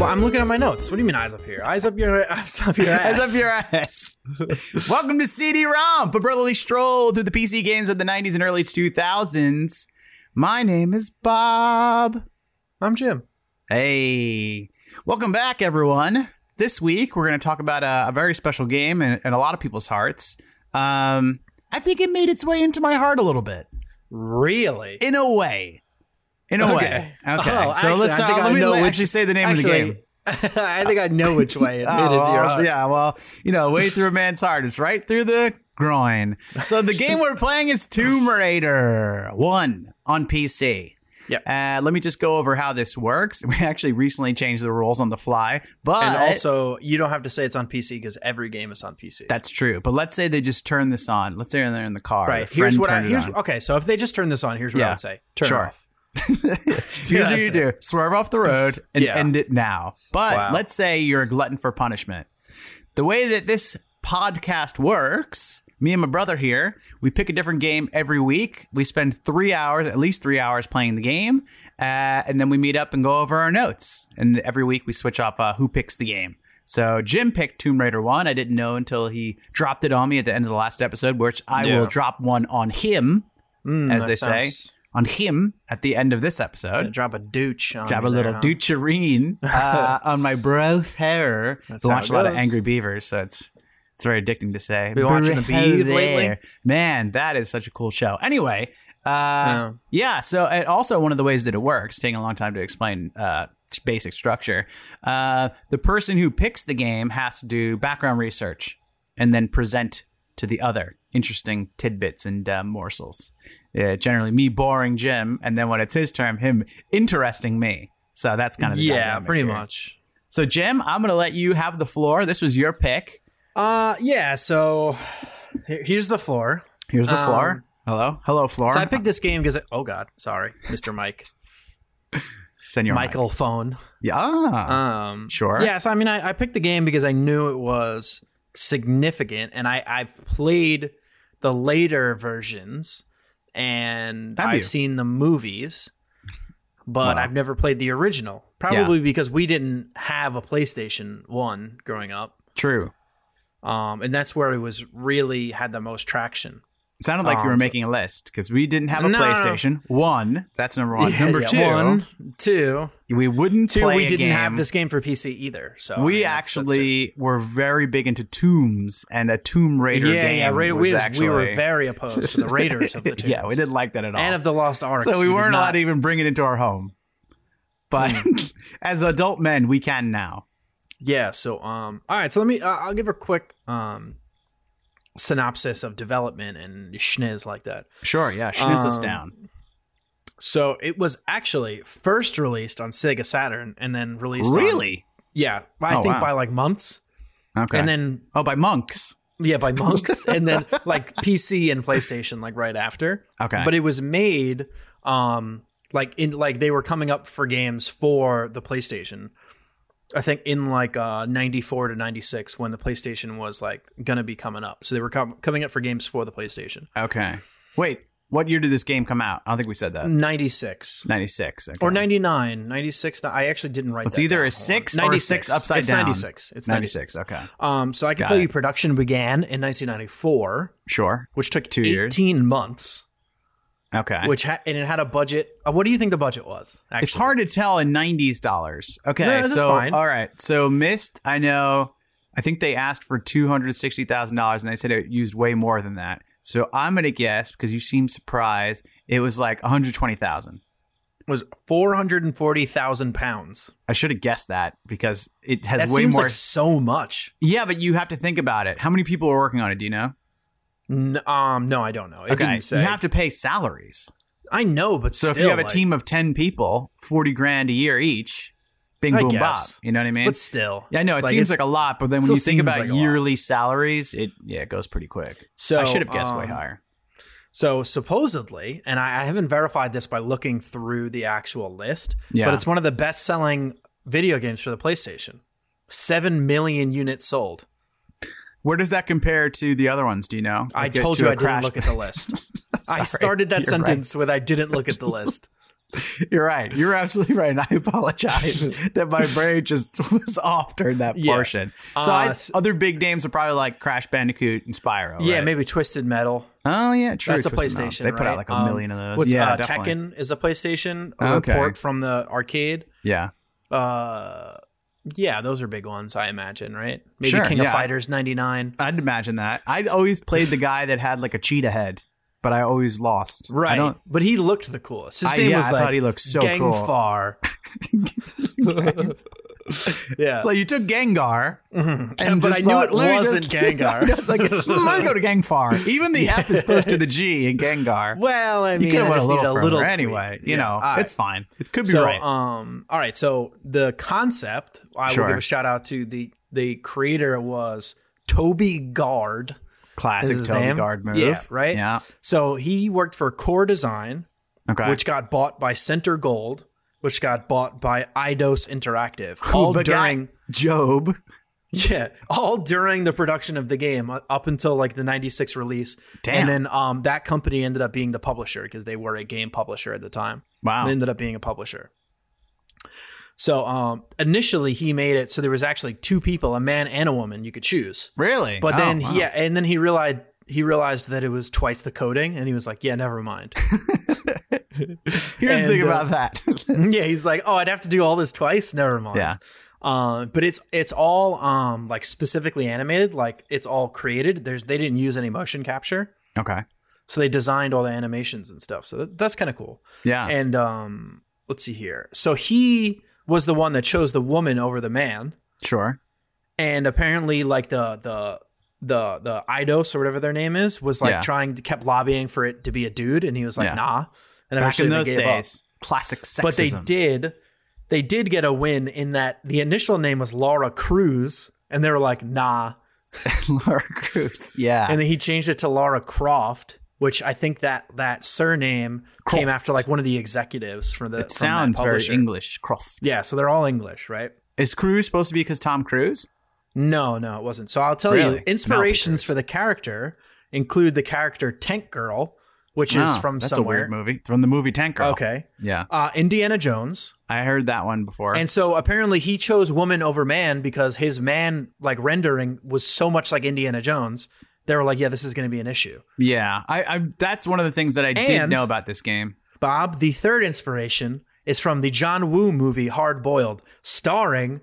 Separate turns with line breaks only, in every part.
on my notes. What do you mean eyes up here? Eyes up your eyes up your ass.
Eyes up your ass. Welcome to CD-ROM, a brotherly stroll through the PC games of the 90s and early 2000s. My name is Bob.
I'm Jim.
Hey, welcome back, everyone. This week we're going to talk about a, a very special game in, in a lot of people's hearts. Um, I think it made its way into my heart a little bit,
Really?
in a way, in a way.
Okay.
Okay,
Oh,
so
actually,
let's
I think
uh,
I
let me
know
let-
which-
actually say the name of the game.
I think I know which way it
Oh,
made it.
well,
You're-
yeah, well, you know, way through a man's heart is right through the groin. So the game we're playing is Tomb Raider 1 on PC.
Yep.
Uh, let me just go over how this works. We actually recently changed the rules on the fly, but
And also, you don't have to say it's on PC because every game is on PC.
that's true. But let's say they just turn this on. Let's say they're in the car.
right.
The
Here's
friend
what I
turned it
here's
on.
okay. So if they just turn this on, here's what
Yeah.
I would say: turn
Sure.
it off.
Here's what
That's
you
it.
do: swerve off the road and
Yeah.
end it now. But
Wow.
let's say you're a glutton for punishment. The way that this podcast works, me and my brother here, we pick a different game every week. We spend three hours, at least three hours, playing the game, uh, and then we meet up and go over our notes. And every week we switch off uh, who picks the game. So Jim picked Tomb Raider One. I didn't know until he dropped it on me at the end of the last episode, which I
Yeah.
will drop one on him,
Mm,
as
that
they say,
sounds-
on him at the end of this
Gotta
episode.
drop a douche. On
Grab
me
a
there,
little
huh?
deuterine uh, on my bro's hair.
That's
Been
how
watching
it
a lot of
goes.
Angry Beavers, so it's it's very addicting to say.
Been watching the
Bro
Beeve lately?
hair. Man, that is such a cool show. Anyway, uh, yeah.
Yeah.
So and also one of the ways that it works, taking a long time to explain uh, basic structure. Uh, the person who picks the game has to do background research and then present to the other interesting tidbits and uh, morsels. Yeah, generally, me boring Jim, and then when it's his turn, him interesting me. So that's kind of the
yeah,
dynamic
pretty
here.
much.
So Jim, I'm gonna let you have the floor. This was your pick.
Uh, yeah. So here- here's the floor.
Here's the
Um,
floor. Hello, hello, floor.
So I picked this game because oh god, sorry, Mr. Mike,
Senor
Michael phone.
Yeah. Ah.
Um,
sure.
Yeah, so I mean, I, I picked the game because I knew it was significant, and I I've played the later versions, and
Have
I've
you?
seen the movies, but
Wow.
I've never played the original. Probably because we didn't have a PlayStation One growing up,
True.
um, and that's where it was really had the most traction.
It sounded like you were
Um,
making a list because we didn't have a
No, no, no.
PlayStation. One. That's number one. number
Yeah,
two.
one, two,
we wouldn't
two.
play
we
a
didn't have
game.
this game for PC either, so I mean,
We
that's- that's different.
actually were very big into tombs and a Tomb Raider
yeah,
game.
yeah, Raider.
was
we, was-
actually,
we were very opposed to the Raiders of the Tombs.
yeah, we didn't like that at all.
and of the Lost Ark.
so we, weren't allowed to even bring it into our home. But
Hmm.
as adult men, we can now.
Yeah. So um, all right. So let me. Uh, I'll give a quick um, synopsis of development and schniz like that.
Sure, yeah, schniz us
Um,
down.
So it was actually first released on Sega Saturn and then released. on-
Really?
yeah, I
Oh,
think
wow.
by like months,
Okay.
and then
oh, by monks.
yeah, by months, and then like PC and PlayStation like right after.
Okay.
but it was made um like in like they were coming up for games for the PlayStation. I think in like uh 94 to 96 when the PlayStation was like going to be coming up. So they were com- coming up for games for the PlayStation.
okay. Wait, what year did this game come out? I don't think we said that.
96
96. Uh, Okay.
or 99, 96. I actually didn't write
It's
that
either a
down. Hold on.
six or a six upside
it's
down.
96. It's 96.
96. Okay.
Um so I can
Got
tell
it.
you production began in 1994,
Sure.
which took
Two
18
years.
months,
Okay.
which ha- and it had a budget. Uh, what do you think the budget was? Actually?
It's hard to tell in '90s dollars. Okay,
No, this is
so
fine.
all right, so Mist, I know, I think they asked for two hundred sixty thousand dollars, and they said it used way more than that. So I'm gonna guess because you seem surprised, it was like one hundred twenty thousand.
was 440,000 pounds.
I should have guessed that because it has
That
way
seems
more.
like so much.
yeah, but you have to think about it. How many people are working on it? Do you know?
N- um, no, I don't know. It
okay,
didn't say.
you have to pay salaries.
I know, but
So
still,
if you have a
like-
team of ten people, forty grand a year each, bing
I
boom bop.
guess.
You know what I mean?
but still,
Yeah, I know it
Like,
seems
it's-
like a lot, but then when
still
you think
seems
about
like a lot.
yearly salaries, it yeah, it goes pretty quick.
so
I should have guessed way
um,
higher.
So supposedly, and I, I haven't verified this by looking through the actual list,
Yeah.
but it's one of the best-selling video games for the PlayStation. Seven million units sold.
Where does that compare to the other ones? Do you know?
I
Like, uh,
told
to
you
a
I didn't look at the list.
Sorry.
I started that
You're right.
sentence with I didn't look at the list.
You're right. You're absolutely right. And I apologize that my brain just was off during that
Yeah.
portion. So
Uh,
I-
s-
other big names are probably like Crash Bandicoot and Spyro.
Yeah,
right?
maybe Twisted Metal.
Oh yeah, true.
That's a
Twisted Metal.
PlayStation.
They put
right?
out like a
Um,
million of those.
What's,
yeah,
uh,
definitely.
Tekken is a PlayStation a
Okay.
port from the arcade.
Yeah,
Uh, yeah, those are big ones, I imagine, right? Maybe
Sure,
King
yeah.
of Fighters '99.
I'd imagine that. I'd always played the guy that had like a cheetah head, but I always lost. I
Right,
don't.
but he looked the coolest. His
I,
name
yeah,
was
I
like
thought he looked so cool.
Gangfar. yeah,
So you took Gengar,
Mhm.
and
but I
just
knew
thought,
it
let me
wasn't
just-
Gengar.
I was like, hmm, I'm gonna go to Gangfar. Even the F is close to the G in Gengar.
well, I
you
mean,
could have
I
went a
just need
little,
a
further
little tweak.
anyway. You
Yeah,
know,
all right.
it's fine. It could be
so,
right.
um, all right. So the concept, I
Sure.
will give a shout out to the the creator was Toby Gard.
Classic
is his
Toby
name?
Guard move.
Yeah, right?
Yeah.
So he worked for Core Design,
Okay.
which got bought by Center Gold, which got bought by Eidos Interactive.
Ooh,
All
but guy-
during
Job.
yeah, all during the production of the game uh, up until like the 96 release.
Damn.
And then um that company ended up being the publisher because they were a game publisher at the time.
Wow.
and ended up being a publisher. So um, initially he made it so there was actually two people, a man and a woman, you could choose.
really?
But
Oh,
then
wow.
he, yeah, and then he realized he realized that it was twice the coding, and he was like, "Yeah, never mind."
Here's the
and,
thing
uh,
about that.
yeah, he's like, "Oh, I'd have to do all this twice. Never mind."
yeah.
Uh, but it's it's all um like specifically animated, like it's all created. There's they didn't use any motion capture,
Okay.
so they designed all the animations and stuff. So that, that's kind of cool.
Yeah.
and um let's see here so he was the one that chose the woman over the man
sure.
and apparently like the the the the idos or whatever their name is was like
Yeah.
trying to kept lobbying for it to be a dude and he was like
Yeah.
nah and
Back
eventually
in
they
those
gave up.
days, classic sexism.
but they did they did get a win in that the initial name was laura cruz and they were like nah
Laura Cruz. Yeah.
and then he changed it to laura croft which i think that that surname came
Croft.
after like one of the executives from the
it
from that
sounds very
publisher.
English. Croft.
yeah so they're all english right
Is Cruz supposed to be because Tom Cruise?
No, no, it wasn't. So I'll tell
Really?
you, inspirations
Malpeters.
for the character include the character Tank Girl, which is
Oh,
from
that's
somewhere.
a weird movie. It's from the movie Tank Girl.
Okay,
Yeah.
uh, Indiana Jones,
I heard that one before.
and so apparently he chose woman over man because his man like rendering was so much like Indiana Jones. They were like, yeah, this is going to be an issue.
yeah. I, I that's one of the things that I did
And-
know about this game.
Bob, the third inspiration is from the John Woo movie Hard Boiled, starring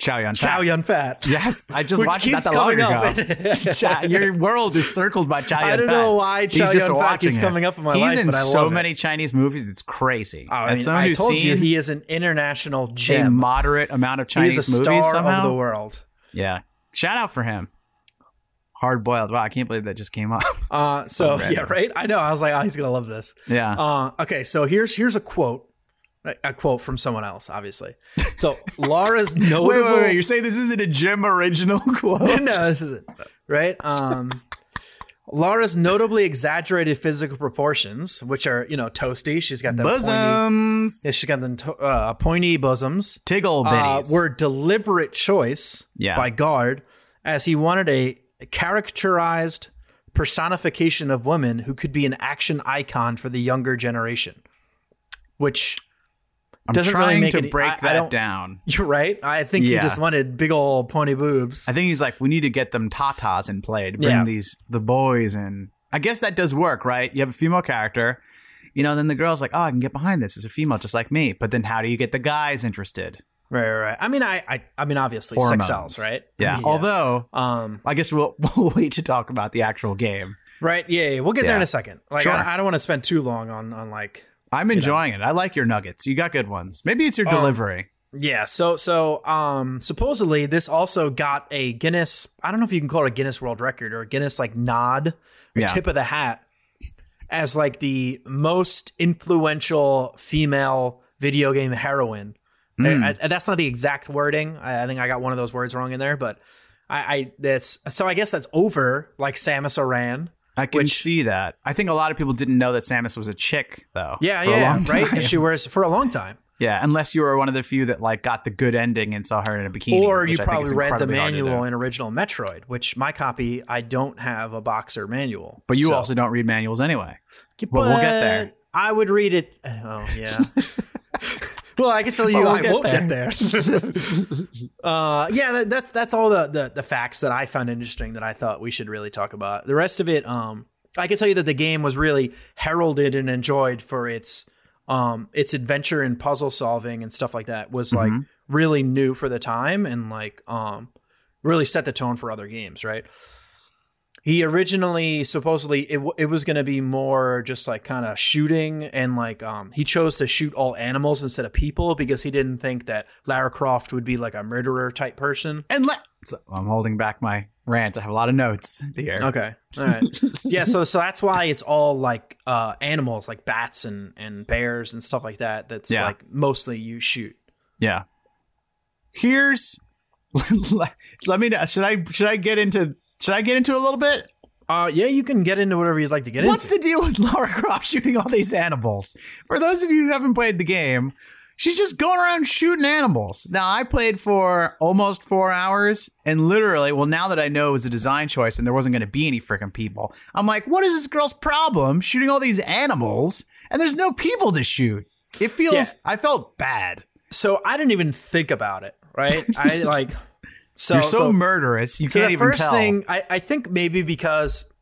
Chow Yun
Chow
Fat.
Yun Fat.
Yes, I just
Which
watched that
keeps
the long
coming
ago.
up.
Cha- your world is circled by Chow Yun
I don't know why
He's
Chow
just
Yun-fat
watching
keeps
it.
coming up in my
He's
life,
in
but I
so
love it.
many Chinese movies. It's crazy.
Oh, I,
As
mean,
someone
I
who's
told you
seen
he is an international
a
gem.
moderate amount of Chinese
He's a
movies
star
somehow.
of the world.
Yeah. Shout out for him. Hard boiled. Wow, I can't believe that just came up.
Uh, so
random.
yeah, right. I know. I was like, oh, he's gonna love this.
yeah.
Uh, okay, so here's here's a quote, a, a quote from someone else, obviously. So Laura's
Uh,
notable.
wait, wait, wait. You're saying this isn't a Jim original quote?
no, this isn't right. Um, Laura's notably exaggerated physical proportions, which are you know toasty. She's got that pointy.
Bosoms.
Yeah, she's got them to, uh, pointy bosoms.
Tiggle
uh,
bitties.
were deliberate choice
Yeah.
by Guard, as he wanted a characterized personification of women who could be an action icon for the younger generation. Which
I'm
doesn't really
trying
make
to
it-
break
I- I
that
don't-
down.
you're right. I think
Yeah.
he just wanted big old pointy boobs.
I think he's like, we need to get them tatas in play to bring
Yeah.
these the boys in. I guess that does work, right? You have a female character, you know. Then the girl's like, oh, I can get behind this. It's a female, just like me. But then, how do you get the guys interested?
right, right, right. I mean, I, I, I mean, obviously,
Hormones.
sex sells, right?
Yeah.
I mean,
Although,
um,
I guess we'll we'll wait to talk about the actual game.
right. Yeah, yeah, we'll get
Yeah.
there in a second. Like,
Sure.
I, I don't want to spend too long on, on like
I'm enjoying it. I like your nuggets. You got good ones. Maybe it's
Oh,
your delivery.
Yeah, so so um supposedly this also got a Guinness I don't know if you can call it a Guinness World Record or a Guinness like nod or
Yeah.
tip of the hat as like the most influential female video game heroine.
Mm.
I- I- that's not the exact wording. I, I think I got one of those words wrong in there, but I, I that's so I guess that's over like Samus Aran.
I can
which-
see that. I think a lot of people didn't know that Samus was a chick, though.
Yeah,
for a
yeah,
long
right.
time.
And she wears for a long time.
yeah, unless you were one of the few that like got the good ending and saw her in a bikini.
or
which
you
I think is
probably read the
incredibly hard to do.
manual in original Metroid, which my copy I don't have a boxer manual.
But you
So-
also don't read manuals anyway.
Yeah,
Well, we'll get there.
but I would read it. Oh yeah. well, I can tell you,
Oh, we'll
I
get
won't
there.
get there. uh, yeah, that, that's that's all the, the the facts that I found interesting that I thought we should really talk about. The rest of it, um, I can tell you that the game was really heralded and enjoyed for its um its adventure and puzzle solving and stuff like that was like
Mhm.
really new for the time and like um really set the tone for other games, right? He originally supposedly it, w- it was going to be more just like kind of shooting and like um he chose to shoot all animals instead of people because he didn't think that Lara Croft would be like a murderer type person.
And let so I'm holding back my rant. I have a lot of notes here.
Okay. All right. yeah, so so that's why it's all like uh animals like bats and and bears and stuff like that that's
Yeah.
like mostly you shoot.
Yeah. Here's let me know. Should I should I get into should I get into a little bit?
Uh yeah, you can get into whatever you'd like to get
What's
into.
the deal with Lara Croft shooting all these animals? For those of you who haven't played the game, she's just going around shooting animals. Now I played for almost four hours, and literally, well, now that I know it was a design choice and there wasn't going to be any freaking people, I'm like, what is this girl's problem shooting all these animals and there's no people to shoot? It feels
Yeah.
I felt bad.
so I didn't even think about it, right? I like so
You're so, murderous, you
So
can't
the
even
first
tell.
thing I, I think maybe because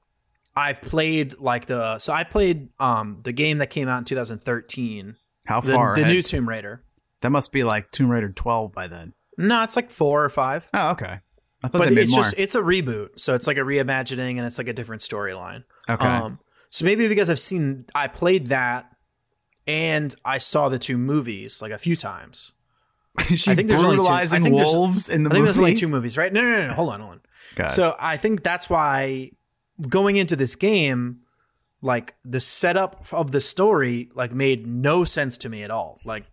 I've played like the so I played um the game that came out in 2013
How
the,
far?
the
ahead?
new Tomb Raider.
that must be like Tomb Raider 12 by then.
No, it's like four or five,
Oh, okay. I thought
but
they made
it's
more.
just it's a reboot, so it's like a reimagining and it's like a different storyline.
okay.
Um, so maybe because I've seen I played that and I saw the two movies like a few times.
she
I think there's only two-
brutalizing
I think there's-
wolves in the
I think
movies.
there's only two movies, right? No, no, no, no. Hold on, hold on.
God.
So I think that's why going into this game, like the setup of the story, like made no sense to me at all. Like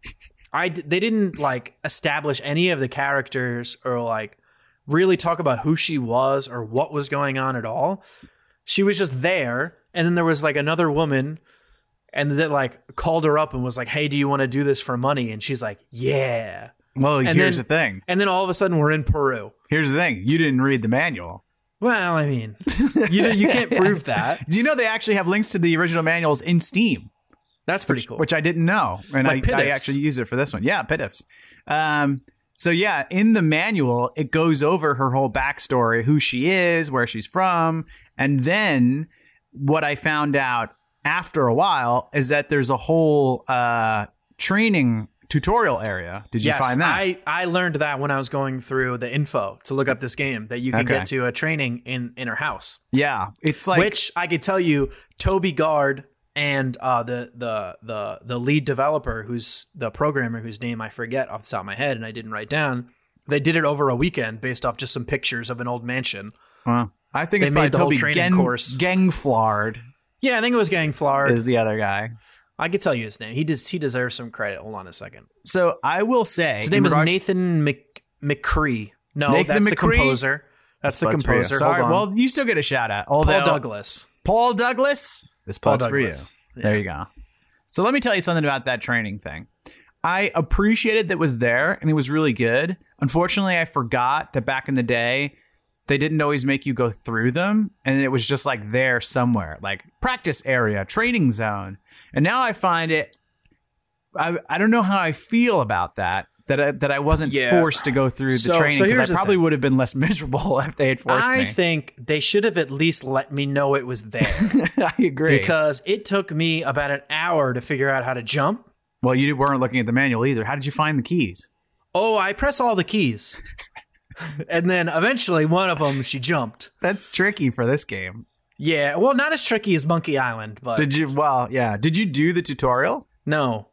I, d- they didn't like establish any of the characters or like really talk about who she was or what was going on at all. She was just there, and then there was like another woman. And that like called her up and was like, "Hey, do you want to do this for money?" And she's like, "Yeah."
well,
and
here's
then-
the thing.
And then all of a sudden, we're in Peru.
Here's the thing. You didn't read the manual.
Well, I mean, you you can't prove that.
Do you know they actually have links to the original manuals in Steam,
That's pretty cool.
which I didn't know, and
Like
I, I
PDFs.
actually use it for this one. Yeah, PDFs. Um, so yeah, in the manual, it goes over her whole backstory, who she is, where she's from, and then what I found out after a while is that there's a whole uh, training tutorial area. Did you
yes,
find that?
I, I learned that when I was going through the info to look up this game that you can
Okay.
get to a training in in her house,
yeah, it's like
which I could tell you, Toby Guard and uh, the the the the lead developer, who's the programmer whose name I forget off the top of my head, and I didn't write down. They did it over a weekend based off just some pictures of an old mansion.
Wow. I think
They
it's
made
probably
the whole
Toby
training
Gen-
course.
Gangflard
Yeah, I think it was Gang Flower.
is the other guy.
I could tell you his name. He does. He deserves some credit. Hold on a second.
So I will say
His
in
name is
regards-
Nathan Mc, McCree. No,
Nathan
that's the
McCree?
composer. That's the
Butts for you.
composer.
Sorry,
Hold on.
well, you still get a shout out. Although,
Paul Douglas.
Paul Douglas. This
Paul
Douglas.
Douglas.
There you go. So let me tell you something about that training thing. I appreciated that was there and it was really good. Unfortunately, I forgot that back in the day, they didn't always make you go through them and it was just like there somewhere, like practice area, training zone. And now I find it I I don't know how I feel about that. That I, that I wasn't
Yeah.
forced to go through the
So- so
training because
here's
I
the
probably
thing.
would have been less miserable if they had forced
I
me.
think they should have at least let me know it was there
I agree.
because it took me about an hour to figure out how to jump.
well, you weren't looking at the manual either. How did you find the keys?
Oh, I press all the keys. and then eventually one of them she jumped.
That's tricky for this game.
Yeah, well not as tricky as Monkey Island, but
Did you? Well, yeah. Did you do the tutorial?
no.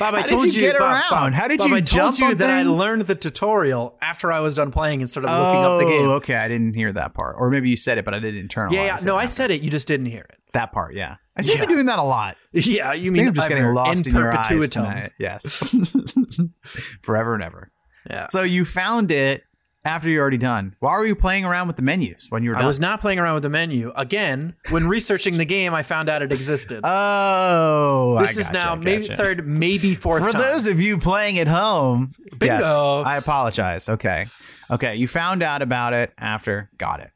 Bob, I
How did
told
you get
Bob,
around?
Bob,
How did
Bob,
you
I told
jump
you
on
that I
things?
learned the tutorial after I was done playing and started looking up the game.
Oh, okay. I didn't hear that part, or maybe you said it, but I didn't internalize.
Yeah, yeah.
it.
No, Oh, I said it. You just didn't hear it.
that part. Yeah, I seem to be
Yeah.
doing that a lot. I
Yeah, you
think
mean
I'm just getting
ever,
lost in, your eyes
perpetuitum.
tonight. Yes, forever and ever.
Yeah.
So you found it after you're already done. Why were you playing around with the menus when you were
I
done?
was not playing around with the menu. Again, when researching the game, I found out it existed.
oh, I
this is
gotcha,
now
I
maybe
gotcha.
third, maybe fourth
For
time.
those of you playing at home, yes,
Bingo.
I apologize. Okay. Okay. You found out about it after got it.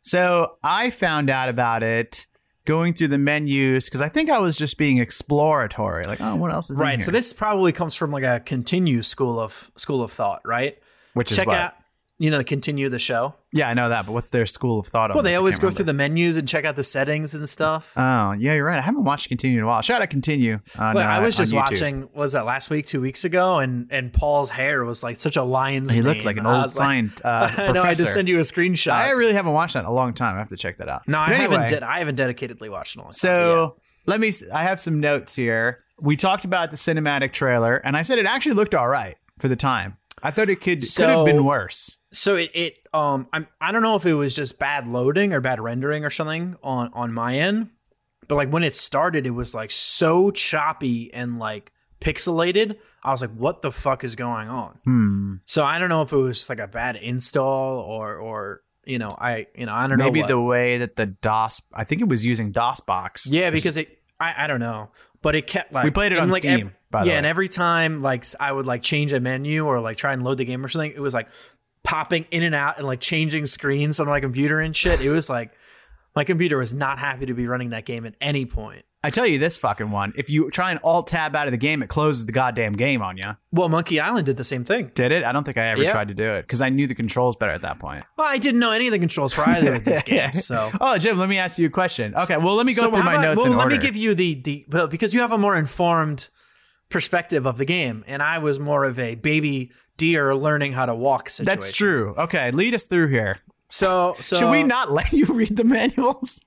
So I found out about it going through the menus because I think I was just being exploratory, like, oh, what else is in
Right. So
here?
this probably comes from like a continue school of school of thought, right?
which is
Check
what?
out you know, the continue the show.
Yeah, I know that, but what's their school of thought? on
Well, they
this? I
always
can't
go
remember.
through the menus and check out the settings and stuff.
Oh, yeah, you're right. I haven't watched Continue in a while. Shout out Continue. On,
But
uh,
I was
on
just
YouTube.
watching. Was that last week, two weeks ago? And and Paul's hair was like such a lion's.
He looked
mane.
like an
I
old
was like-
signed uh,
I know. I just
professor.
send you a screenshot.
I really haven't watched that in a long time. I have to check that out.
no, I
But
haven't.
anyway,
Did I haven't dedicatedly watched it. in a long time, but yeah.
So let me. s- I have some notes here. We talked about the cinematic trailer, and I said it actually looked all right for the time. I thought it could could have
So-
been worse.
so it, it um I'm I don't know if it was just bad loading or bad rendering or something on on my end, but like when it started, it was like so choppy and like pixelated. I was like, what the fuck is going on?
Hmm.
So I don't know if it was like a bad install or or you know I you know I don't know
Maybe
what.
the way that the DOS. I think it was using DOSBox.
yeah because it I I don't know but it kept like
we played it
and,
on
like,
Steam.
ev-
by the
yeah,
way.
and every time like s- I would like change a menu or like try and load the game or something, it was like popping in and out and like changing screens on my computer and shit. It was like my computer was not happy to be running that game at any point.
I tell you this fucking one. If you try and alt tab out of the game, it closes the goddamn game on you.
Well, Monkey Island did the same thing.
Did it? I don't think I ever
Yeah.
tried to do it because I knew the controls better at that point.
Well, I didn't know any of the controls for either of these games, so.
Oh, Jim, let me ask you a question. Okay, well, let me go
So
through
how
my
about-
notes
well,
in
let
order.
me give you the, the well, because you have a more informed perspective of the game, and I was more of a baby deer learning how to walk situation.
That's true. Okay, lead us through here.
So, so
Should we not let you read the manuals?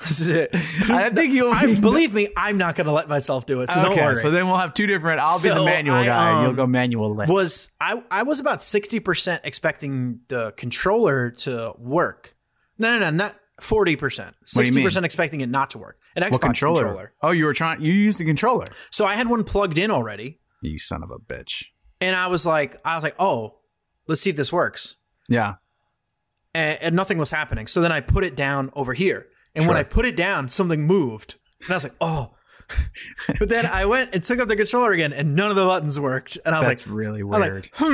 I don't think you'll.
I
read-
believe me, I'm not going to let myself do it. So
okay,
don't worry.
so then we'll have two different. I'll be the
So
manual
I,
guy.
um,
You'll go manual list.
was I? I was about sixty percent expecting the controller to work. No, no, no, not forty percent.
What do you
Sixty
mean?
percent expecting it not to work. An Xbox
what controller?
controller.
Oh, you were trying. You used the controller.
So I had one plugged in already,
You son of a bitch.
and I was like, I was like, oh, let's see if this works.
Yeah.
And, and nothing was happening. So then I put it down over here, and when
Sure.
I put it down, something moved, and I was like, oh. but then I went and took up the controller again, and none of the buttons worked. And I was like,
That's really weird.
I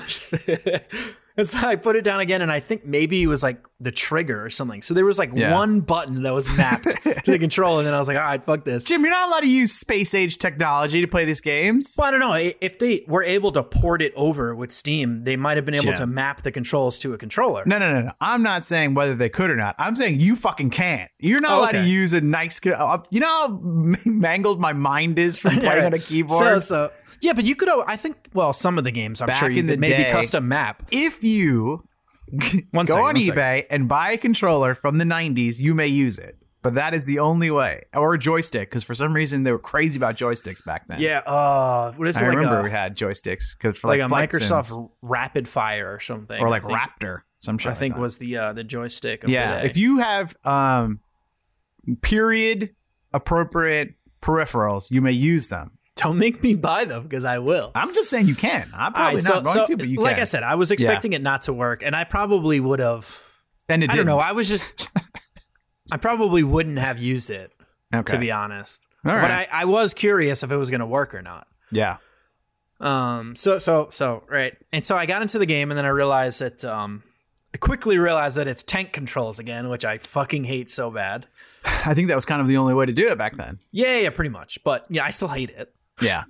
was like, hmm. and so I put it down again, and I think maybe it was like the trigger or something. So there was like
Yeah.
one button that was mapped to the control, and then I was like, all right, fuck this.
Jim, you're not allowed to use space age technology to play these games.
Well, I don't know. I- If they were able to port it over with Steam, they might have been able
Jim.
to map the controls to a controller.
No, no, no, no. I'm not saying whether they could or not. I'm saying you fucking can't. You're not allowed to
Oh, Okay.
use a nice. co- uh, You know how mangled my mind is from
Yeah,
playing on a
right.
keyboard.
So, so- yeah, but you could. al- I think. Well, some of the games, I'm
Back
sure you
in the
could maybe
day-
custom map.
if you
One
go
second,
on
one
eBay
second.
and buy a controller from the 90s, you may use it. But that is the only way, or a joystick, because for some reason they were crazy about joysticks back then.
Yeah. Uh, what is it
I
like
remember
a
we had joysticks because for
like,
like,
a
Flight
Microsoft
Sims
Rapid Fire or something,
or like
I think,
Raptor, some shit.
I think
like that.
was the uh, the joystick. Of
yeah.
the day.
If you have um, period appropriate peripherals, you may use them.
Don't make me buy them because I will.
I'm just saying you can. I'm probably
Alright,
not going to, but you
like
can.
I said, I was expecting it not to work, and I probably would have.
and it
I don't know.
didn't.
I was just. I probably wouldn't have used it
okay.
to be honest,
All
but
right.
I, I was curious if it was going to work or not.
yeah.
Um. So so so right, and so I got into the game, and then I realized that um, I quickly realized that it's tank controls again, which I fucking hate so bad.
I think that was kind of the only way to do it back then.
Yeah, yeah, pretty much. But yeah, I still hate it.
Yeah.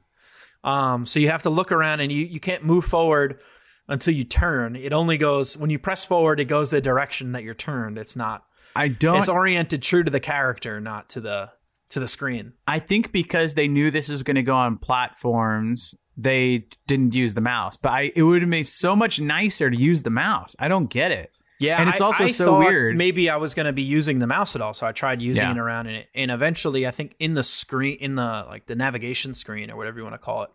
Um, so you have to look around and you, you can't move forward until you turn. It only goes when you press forward, it goes the direction that you're turned. It's not
I don't
it's oriented true to the character, not to the to the screen.
I think because they knew this was going to go on platforms, they didn't use the mouse. But I, it would have made so much nicer to use the mouse. I don't get it.
Yeah,
And it's
I-
also
I
so
thought
weird.
Maybe I was going to be using the mouse at all, so I tried using
Yeah.
it around, and, it, and eventually, I think in the screen, in the like the navigation screen or whatever you want to call it,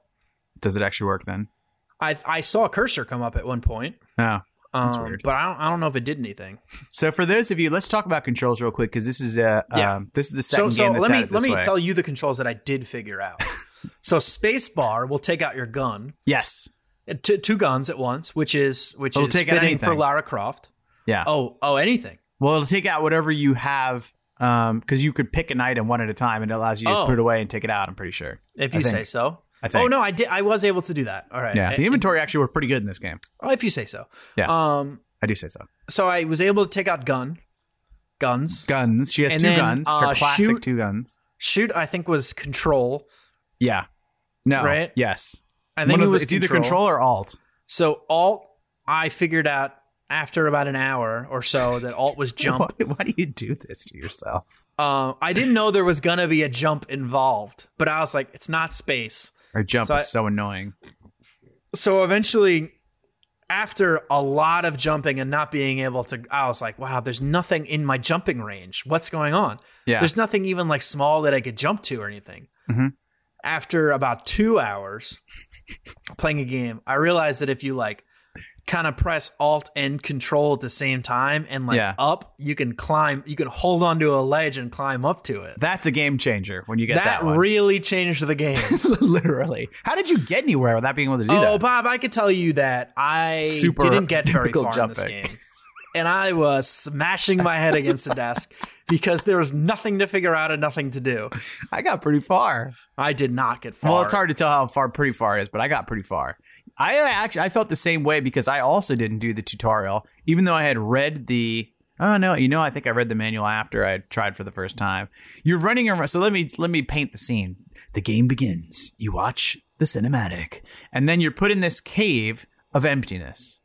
Does it actually work then?
I I saw a cursor come up at one point,
No. That's
um,
weird.
but I don't I don't know if it did anything.
So for those of you, let's talk about controls real quick because this is uh,
Yeah.
um, this is the second
so so
game that's
let me
added
let
this
me
way.
tell you the controls that I did figure out. so spacebar will take out your gun,
Yes.
uh, two two guns at once, which is which
It'll
is
take out
fitting for
anything.
Lara Croft.
Yeah.
Oh oh anything.
Well, it'll take out whatever you have because you could pick an item one at a time, and it allows you to
Oh.
put it away and take it out. I'm pretty sure.
If
I
you
think.
say so.
I think.
Oh no, I did. I was able to do that. All right.
Yeah.
I-
the inventory actually were pretty good in this game.
oh, if you say so.
Yeah.
Um.
I do say so.
So I was able to take out gun, guns.
Guns. She has
And
two
then,
guns.
uh,
her classic
shoot-
two guns.
Shoot, I think was control.
Yeah. No.
Right?
Yes.
I think
One
it
of the-
was
it's either control or alt.
So alt, I figured out after about an hour or so that alt was jump.
Why, why do you do this to yourself?
uh, I didn't know there was gonna be a jump involved, but I was like, it's not space.
Or jump
So I-
is so annoying.
So eventually, after a lot of jumping and not being able to, I was like, wow, there's nothing in my jumping range. What's going on?
Yeah.
There's nothing even like small that I could jump to or anything.
Mhm.
After about two hours playing a game, I realized that if you like kind of press alt and control at the same time and like
Yeah.
up, you can climb, you can hold onto a ledge and climb up to it.
That's a game changer when you get
That,
that, one.
really changed the game.
Literally. How did you get anywhere without being able to do
oh,
that?
Bob, I could tell you that I
Super
didn't get very
difficult
far in this
jumping.
game. And I was smashing my head against the desk because there was nothing to figure out and nothing to do.
I got pretty far.
I did not get far.
Well, it's hard to tell how far pretty far is, but I got pretty far. I uh, actually I felt the same way because I also didn't do the tutorial, even though I had read the. Oh no, you know I think I read the manual after I had tried for the first time. You're running around, so let me let me paint the scene. The game begins. You watch the cinematic, and then you're put in this cave of emptiness.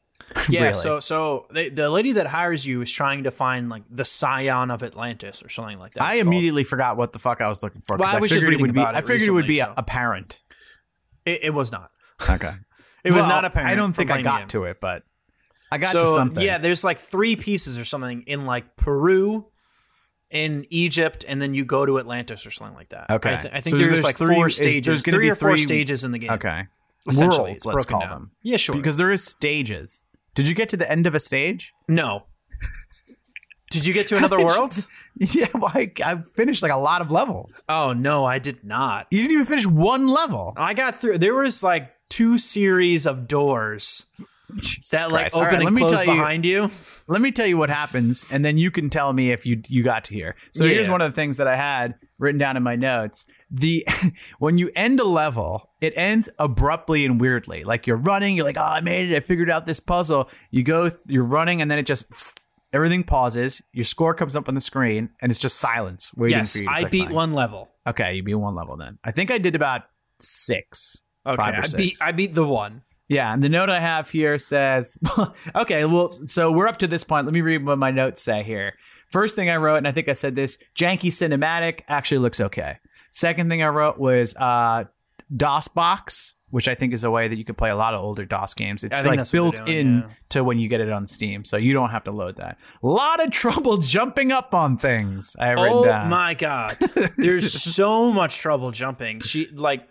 Yeah,
Really.
so so the, the lady that hires you is trying to find like the scion of Atlantis or something like that.
I
It's called.
immediately forgot what the fuck I was looking for. 'cause
Well, I was just
figured it
reading
would be.
about it
I figured it would be
recently, so-
apparent.
it, it was not.
Okay,
It was
Well,
not apparent.
I don't
for
think I
Blame
got
Him.
to it, but I got
so
to something.
yeah, there's like three pieces or something in like Peru, in Egypt, and then you go to Atlantis or something like that.
Okay.
I, th- I think
So
there's,
there's
like
three-
four
is- there's
stages.
gonna
three
be
or four
three-
stages in the game.
Okay.
Essentially,
Worlds,
it's
let's
broken
call
down.
them.
Yeah, sure.
Because there is stages. Did you get to the end of a stage?
no. Did you get to another world?
Yeah, well, I, I finished like a lot of levels.
Oh no, I did not.
You didn't even finish one level.
I got through. There was like two series of doors that like
All right,
open and
let me
close
tell you-
behind you.
let me tell you what happens, and then you can tell me if you you got to here. So here's
Yeah.
one of the things that I had written down in my notes. The when you end a level, it ends abruptly and weirdly. Like you're running, you're like, oh, I made it, I figured out this puzzle. You go, th- you're running, and then it just everything pauses. Your score comes up on the screen, and it's just silence waiting
Yes,
for you. To
I
click
beat
something.
one level.
Okay, you beat one level then. I think I did about six.
Okay,
Five or
I
six.
beat I beat the one.
Yeah, and the note I have here says, okay, well, so we're up to this point. Let me read what my notes say here. First thing I wrote, and I think I said this janky cinematic actually looks okay. Second thing I wrote was uh, DOS box, which I think is a way that you could play a lot of older DOS games. It's
I think
like
that's what
built
they're doing,
in
yeah.
to when you get it on Steam, so you don't have to load that. A lot of trouble jumping up on things. I wrote
Oh
down.
my god. There's so much trouble jumping. She like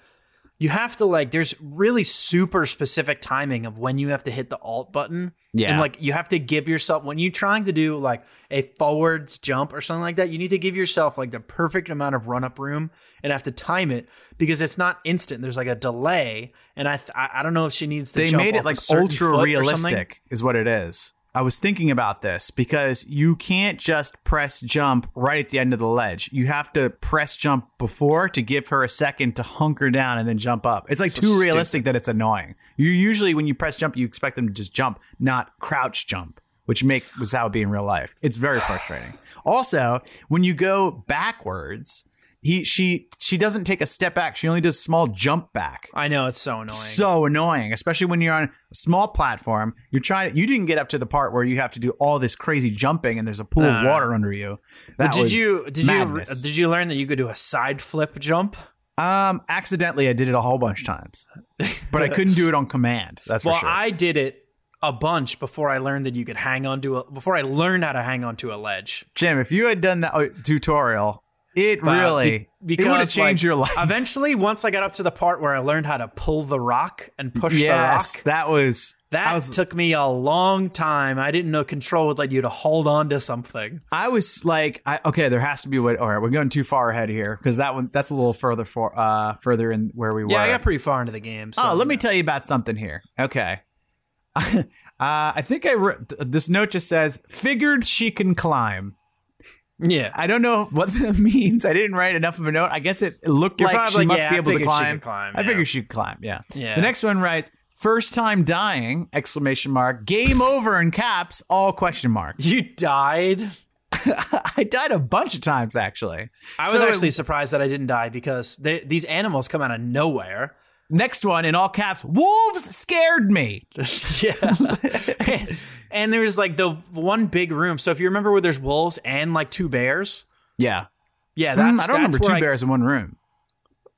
you have to like there's really super specific timing of when you have to hit the alt button.
Yeah.
And like you have to give yourself when you're trying to do like a forwards jump or something like that, you need to give yourself like the perfect amount of run up room and have to time it because it's not instant. There's like a delay and I th- I I don't know if she needs to
they
jump
made
off
it
a
like
certain foot or
ultra
something.
realistic is what it is i was thinking about this because you can't just press jump right at the end of the ledge you have to press jump before to give her a second to hunker down and then jump up it's like too realistic that it's annoying you usually when you press jump you expect them to just jump not crouch jump which make was how it would be in real life it's very frustrating also when you go backwards he she she doesn't take a step back she only does small jump back
I know it's so annoying.
so annoying, especially when you're on a small platform. You're trying. You didn't get up to the part where you have to do all this crazy jumping and there's a pool of
No, no.
water under you. That
Uh. did
was-
you did
madness.
you did you learn that you could do a side flip jump?
Um, accidentally, I did it a whole bunch of times, but I couldn't do it on command. That's
Well,
for sure.
I did it a bunch before I learned that you could hang on to a before I learned how to hang on to a ledge.
Jim, if you had done that uh, tutorial, it
But
really
be-
it would have
because,
changed
like,
your life.
Eventually, once I got up to the part where I learned how to pull the rock and push
yes,
the rock,
that was
that
I was,
took me a long time. I didn't know control would let you to hold on to something.
I was like, I, okay, there has to be what. All right, we're going too far ahead here because that one that's a little further for uh further in where we were.
Yeah, I got pretty far into the game. So,
oh, let
you
me
know.
tell you about something here. Okay. uh, I think I wrote, th- this note just says figured she can climb.
yeah,
I don't know what that means. I didn't write enough of a note. I guess it, it looked
You're
like
probably
she
like,
must
yeah,
be
I
able to
figured she
climb.
could climb,
I
yeah.
figured she could climb. Yeah.
Yeah.
The next one writes first time dying exclamation mark game over in caps all question marks.
you died.
I died a bunch of times actually.
I was
So it-
actually surprised that I didn't die because they, these animals come out of nowhere.
Next one in all caps, wolves scared me.
yeah. and, and there's like the one big room. So if you remember where there's wolves and like two bears,
Yeah.
yeah,
Mm,
that's
I don't
that's
remember
where
two
I-
bears in one room.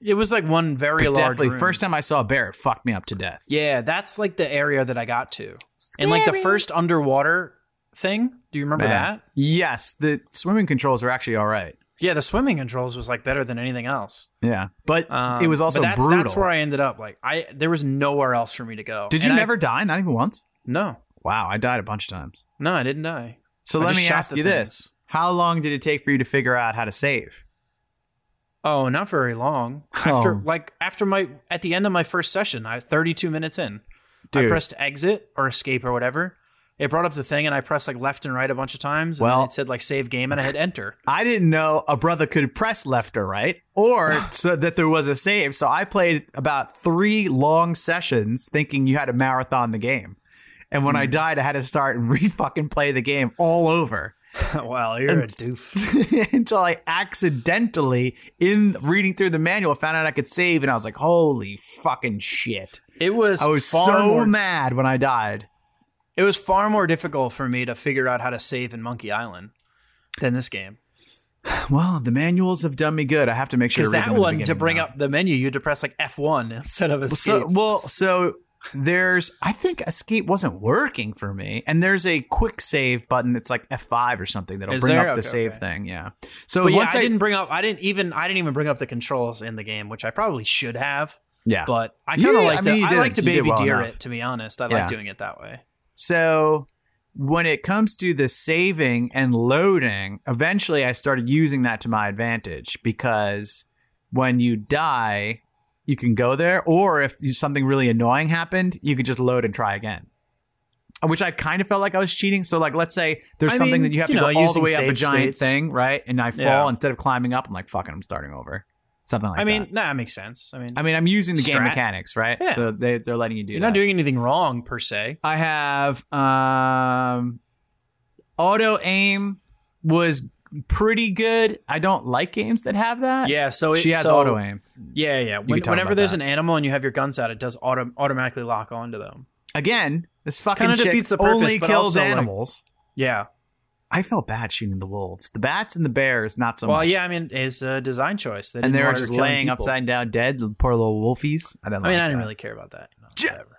It was like one very
But
large
definitely,
room.
first time I saw a bear, it fucked me up to death.
Yeah, that's like the area that I got to. And like the first underwater thing, do you remember
Man.
that?
Yes, the swimming controls are actually all right.
Yeah, the swimming controls was like better than anything else.
Yeah, but
Um,
it was
but
also
that's,
brutal.
That's where I ended up. Like I, there was nowhere else for me to go.
Did you
And I-
never die? Not even once.
no,
Wow, I died a bunch of times.
no, I didn't die.
So
I
let
just
me
shot
ask
the
you this:
things.
How long did it take for you to figure out how to save?
Oh, not very long.
Oh.
After like after my at the end of my first session, I 32 minutes in. I
Dude.
pressed exit or escape or whatever. It brought up the thing and I pressed like left and right a bunch of times. And
Well-
then it said like save game and I hit enter.
I didn't know a brother could press left or right, or so that there was a save. So I played about three long sessions, thinking you had to marathon the game. And when I
Hmm.
died, I had to start and re fucking play the game all over.
wow, you're a doof.
until I accidentally, in reading through the manual, found out I could save, and I was like, "Holy fucking shit!"
It was
I was
far
so
more,
mad when I died.
it was far more difficult for me to figure out how to save in Monkey Island than this game.
Well, the manuals have done me good. I have to make sure
Because
to read
that
them in the
one to
beginning
bring
now.
up the menu, you had to press like F one instead of escape.
So, well, so there's I think escape wasn't working for me, and there's a quick save button that's like F five or something that'll
Is
bring
there?
up the
Okay,
save
okay.
thing. Yeah. So
but yeah,
once
I,
I,
didn't bring up. I didn't even. I didn't even bring up the controls in the game, which I probably should have.
yeah.
But I
You
kind of
did-
like
I
to.
mean, you
I
did-
like to
you did
baby
well
deer
enough.
it. To be honest, I
Yeah.
like doing it that way.
So when it comes to the saving and loading, eventually I started using that to my advantage because when you die, you can go there, or if you- something really annoying happened, you could just load and try again. Which I kind of felt like I was cheating. So, like, let's say there's
I
something
mean,
that you have
you
to
know,
go all the
using
way up a
save
giant
states.
thing, right? And I fall
Yeah.
instead of climbing up. I'm like, fucking, I'm starting over. Something like
I mean,
that.
nah, that makes sense. I mean,
I mean, I'm using the game
Strat.
mechanics, right?
Yeah.
So they, they're letting you do
you're
that.
not doing anything wrong per se.
I have um auto aim was pretty good. I don't like games that have that.
Yeah. So it,
she has
so-
auto aim.
Yeah, yeah. When,
can talk
whenever
about
there's
that.
an animal and you have your guns out, it does auto- automatically lock onto them.
Again, this fucking
Kinda
chick
defeats the purpose,
only
but
kills
also, like-
animals.
Yeah.
I felt bad shooting the wolves. The bats and the bears, not so
well,
much.
yeah. I mean, it's a design choice.
and they
didn't
were
want her
just
killing
laying
people.
upside down dead, the poor little wolfies. I didn't.
I mean,
like
I didn't
that.
really care about that. you know,
Ju-
whatever.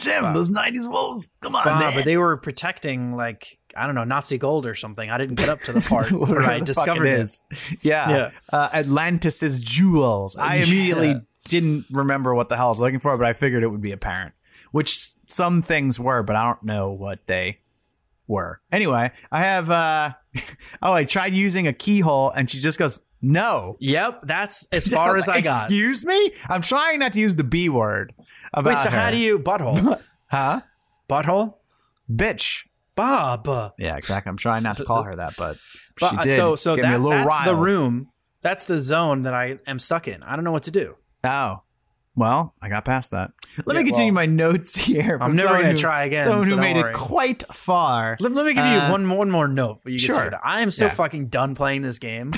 Jim, those '90s wolves. Come on,
Bah,
man.
but they were protecting like I don't know Nazi gold or something. I didn't get up to the part where
Whatever the
I
fuck
discovered
it
this.
is. Yeah.
Yeah.
Uh, Atlantis's jewels. I
Yeah.
immediately didn't remember what the hell I was looking for, but I figured it would be apparent, which s- some things were, but I don't know what they were. Anyway, I have, uh, oh, I tried using a keyhole and she just goes, no.
Yep, that's as far
was
as
like,
I got.
Excuse me? I'm trying not to use the B word. About
Wait, so how
her.
do you butthole?
Huh?
butthole?
Bitch.
Bob. But
Yeah, exactly. I'm trying not to call her that, but, she
uh,
did.
so so
get me a
that,
little
that's the
riled.
room. That's the zone that I am stuck in. I don't know what to do.
Oh. Well, I got past that. Let
Yeah,
me continue my
well,
notes here. from
I'm never
someone
going
who-
to try again.
Someone
so
who
don't
made
worry.
it quite far.
Let, let me give
Uh,
you one one more note. But you
sure.
can sure. I am so
Yeah.
fucking done playing this game.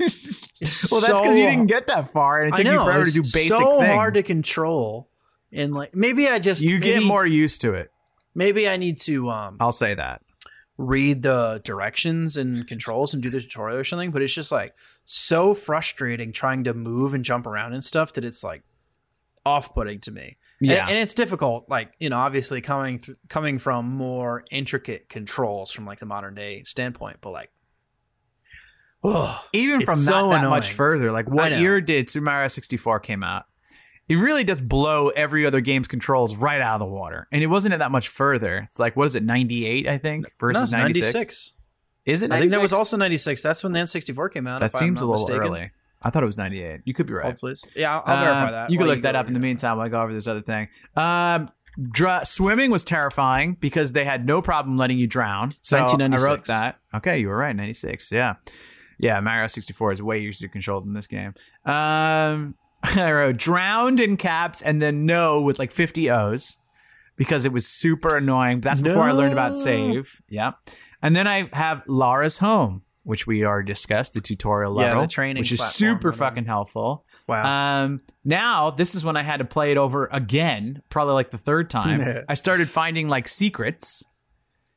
It's
Well, that's because
so
you didn't get that far, and it
I
took
know,
you forever to
it's
do basic
so
things.
hard to control. And like maybe I just
you get
maybe-
more used to it.
Maybe I need to um
I'll say that.
read the directions and controls and do the tutorial or something. But it's just like so frustrating trying to move and jump around and stuff that it's like off-putting to me. And-
Yeah.
and, it's difficult. Like you know, obviously coming th- coming from more intricate controls from like the modern day standpoint, but like. ugh.
Even
it's
from
so
not that much
annoying.
further, like
I
what
know.
year did Super Mario 64 came out? It really does blow every other game's controls right out of the water, and it wasn't that much further. It's like what is it, 98? I think
No,
versus
it's
96. Is it? 96?
I think that was also 96. That's when the N64 came out.
That
if I'm
seems a
not
little
mistaken.
early. I thought it was 98. You could be right.
Oh, please. Yeah, I'll, I'll verify
Um,
that.
You can
while
look that
go
up in the
over your-
meantime while I go over this other thing. Um, dr- swimming was terrifying because they had no problem letting you drown. So I wrote
1996.
that. Okay, you were right. 96. Yeah. Yeah, Mario 64 is way easier to control than this game. Um, I wrote drowned in caps and then no with like 50 O's because it was super annoying. That's before I learned about
No.
save. Yep. And then I have Lara's Home, which we already discussed the tutorial
Yeah, the
level,
training
which is
platform,
super
whatever.
fucking helpful.
Wow.
Um, now this is when I had to play it over again, probably like the third time. I started finding like secrets,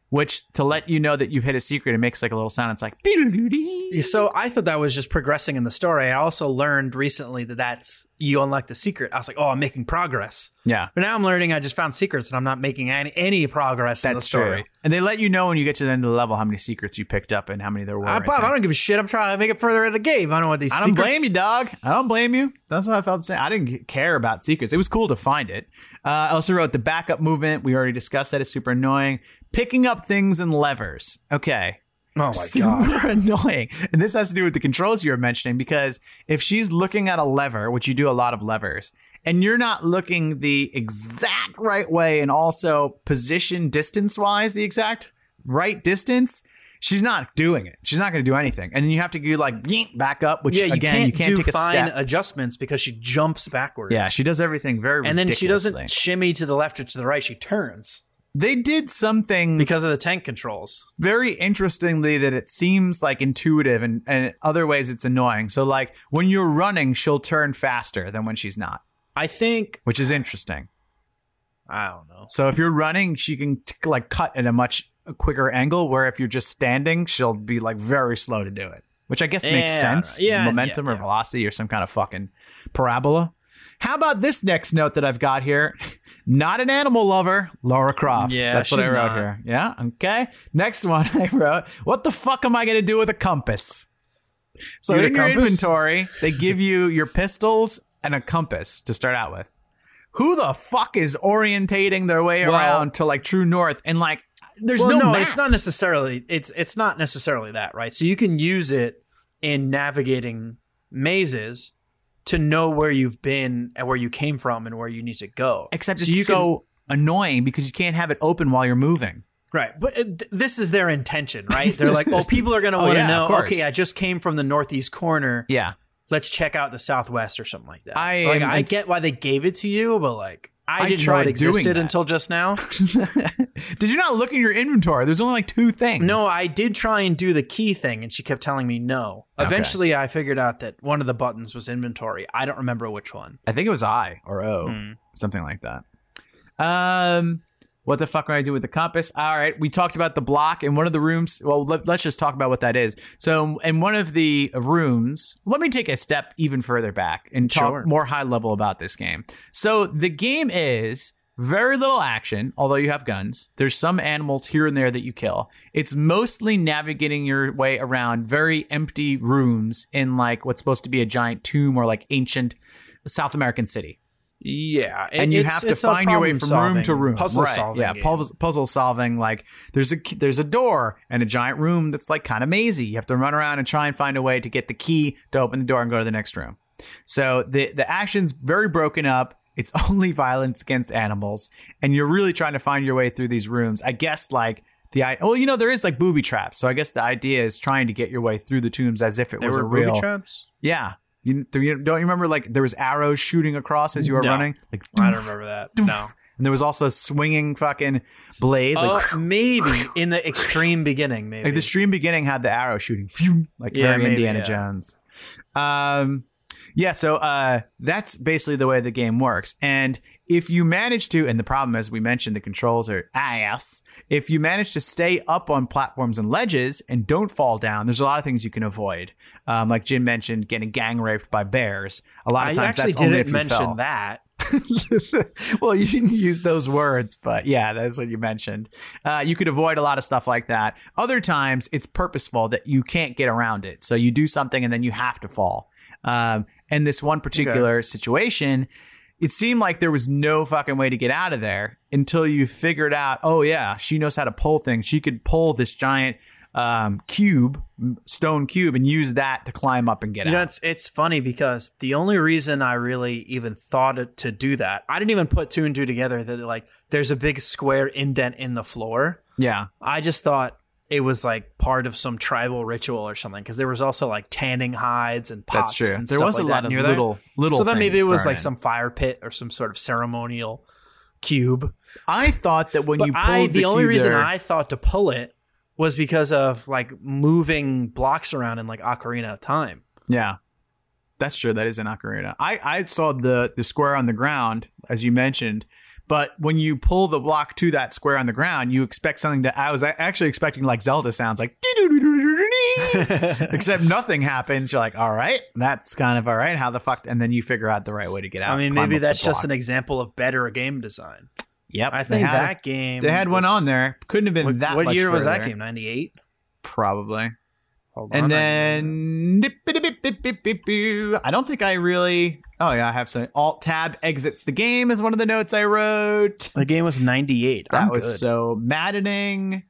which to let you know that you've hit a secret, it makes like a little sound. It's like "Beedle-doo-dee."
so I thought that was just progressing in the story. I also learned recently that that's you unlock the secret. I was like, oh, I'm making progress.
yeah.
But now I'm learning I just found secrets and I'm not making any, any progress in the
That's
story.
true. And they let you know when you get to the end of the level how many secrets you picked up and how many there were.
I,
and
Uh, Bob,
things.
I don't give a shit. I'm trying to make it further in the game. I don't want these.
I don't
secrets.
blame you, dog. I don't blame you. That's how I felt. the same. I didn't g- care about secrets. It was cool to find it. Uh, I also wrote the backup movement. We already discussed that. It's super annoying. Picking up things and levers. Okay.
Oh my
super
god.
annoying. And this has to do with the controls you were mentioning because if she's looking at a lever, which you do a lot of levers, and you're not looking the exact right way and also position distance wise, the exact right distance, she's not doing it. She's not going to do anything. And then you have to do like yeet, back up, which
Yeah, you
again,
can't,
you can't
do
take a
fine
step.
adjustments because she jumps backwards.
Yeah, she does everything very
and then she
ridiculously.
doesn't shimmy to the left or to the right. She turns
They did some things
because of the tank controls.
very interestingly that it seems like intuitive and, and in other ways it's annoying. So like when you're running, she'll turn faster than when she's not,
I think
which is interesting.
I don't know.
So if you're running, she can t- like cut at a much quicker angle where if you're just standing, she'll be like very slow to do it, which I guess makes
Yeah,
sense.
yeah,
Momentum
yeah,
or
yeah.
velocity or some kind of fucking parabola. How about this next note that I've got here? Not an animal lover, Laura Croft.
Yeah,
that's what I
she's
wrote
not.
here. Yeah, okay. Next one I wrote, what the fuck am I going to do with a compass? So
You get a
in your
compass?
inventory, they give you your pistols and a compass to start out with. Who the fuck is orientating their way
Well-
around to like true north and like there's
well,
no,
no,
map.
it's not necessarily it's it's not necessarily that right so you can use it in navigating mazes to know where you've been and where you came from and where you need to go
except
So
it's
you
so annoying because you can't have it open while you're moving.
can, right but uh, th- this is their intention right they're like oh people are going to
Oh,
want to
yeah, of
know
course.
okay i just came from the northeast corner
Yeah.
let's check out the southwest or something like that
I
like
am-
i get why they gave it to you but like i,
I
didn't know
tried
it
doing
existed
that.
until just now
Did you not look in your inventory? There's only like two things.
No, I did try and do the key thing, and she kept telling me no.
Okay.
Eventually, I figured out that one of the buttons was inventory. I don't remember which one.
I think it was I or O,
Hmm.
something like that. Um, what the fuck are I do with the compass? All right, we talked about the block in one of the rooms. Well, let, us just talk about what that is. So, in one of the rooms, let me take a step even further back and talk
Sure.
more high level about this game. So, the game is very little action, although you have guns. There's some animals here and there that you kill. It's mostly navigating your way around very empty rooms in like what's supposed to be a giant tomb or like ancient South American city
Yeah,
and you have to find your way from room to room.
puzzle
Right,
solving.
Yeah,
game.
puzzle, puzzle solving. Like there's a key- there's a door and a giant room that's like kind of mazy. You have to run around and try and find a way to get the key to open the door and go to the next room. So the the action's very broken up. It's only violence against animals, and you're really trying to find your way through these rooms. I guess like. The, i- well, you know, there is like booby traps. So I guess the idea is trying to get your way through the tombs as if it
There
was
were
a real.
booby traps.
Yeah. You, do you- don't you remember like there was arrows shooting across as you were
No.
running? Like
I don't remember that. No.
and there was also swinging fucking blades. Like,
Uh, maybe in the extreme beginning, maybe.
Oh. like the stream beginning had the arrow shooting, phew, like
Yeah,
very
maybe,
Indiana
yeah.
Jones. Um, yeah, so uh, that's basically the way the game works. And if you manage to, and the problem as we mentioned, the controls are ass. If you manage to stay up on platforms and ledges and don't fall down, there's a lot of things you can avoid. Um, like Jim mentioned, getting gang raped by bears. A lot
I
of times
actually
that's only if
didn't
you
mention
fell.
that.
well, you didn't use those words, but yeah, that's what you mentioned. Uh, you could avoid a lot of stuff like that. Other times, it's purposeful that you can't get around it. So you do something and then you have to fall. Um, and this one particular situation, it seemed like there was no fucking way to get out of there until you figured out, oh, yeah, she knows how to pull things. She could pull this giant um, cube, m- stone cube, and use that to climb up and get
You know,
out.
it's it's funny because the only reason I really even thought it- to do that, I didn't even put two and two together that like there's a big square indent in the floor.
Yeah.
I just thought it was like part of some tribal ritual or something because there was also like tanning hides and pots.
That's true.
and
There
stuff
was
like
a
that
lot of
near there.
little, little.
So then maybe it
things
was
thrown
like
in.
some fire pit or some sort of ceremonial cube.
I thought that when
But
you pulled
I, the, only
cube
reason
there-
I thought to pull it was because of like moving blocks around in like Ocarina of Time.
Yeah, that's true. That is an ocarina. I I saw the the square on the ground as you mentioned, but when you pull the block to that square on the ground, you expect something to. I was actually expecting like Zelda sounds like. Except nothing happens. You're like, all right, that's kind of all right. How the fuck? And then you figure out the right way to get out.
I mean,
climb
maybe
up the
that's just
block.
an example of better game design.
Yep.
I
they
think
had a-
that game
they had one
was-
on there. Couldn't have been
What,
that.
what
much
year was that
further.
game? Ninety eight.
Probably. And then I don't think I really. Oh yeah, I have some Alt Tab exits the game is one of the notes I wrote.
the game was ninety eight.
That
I'm
was
good.
so maddening.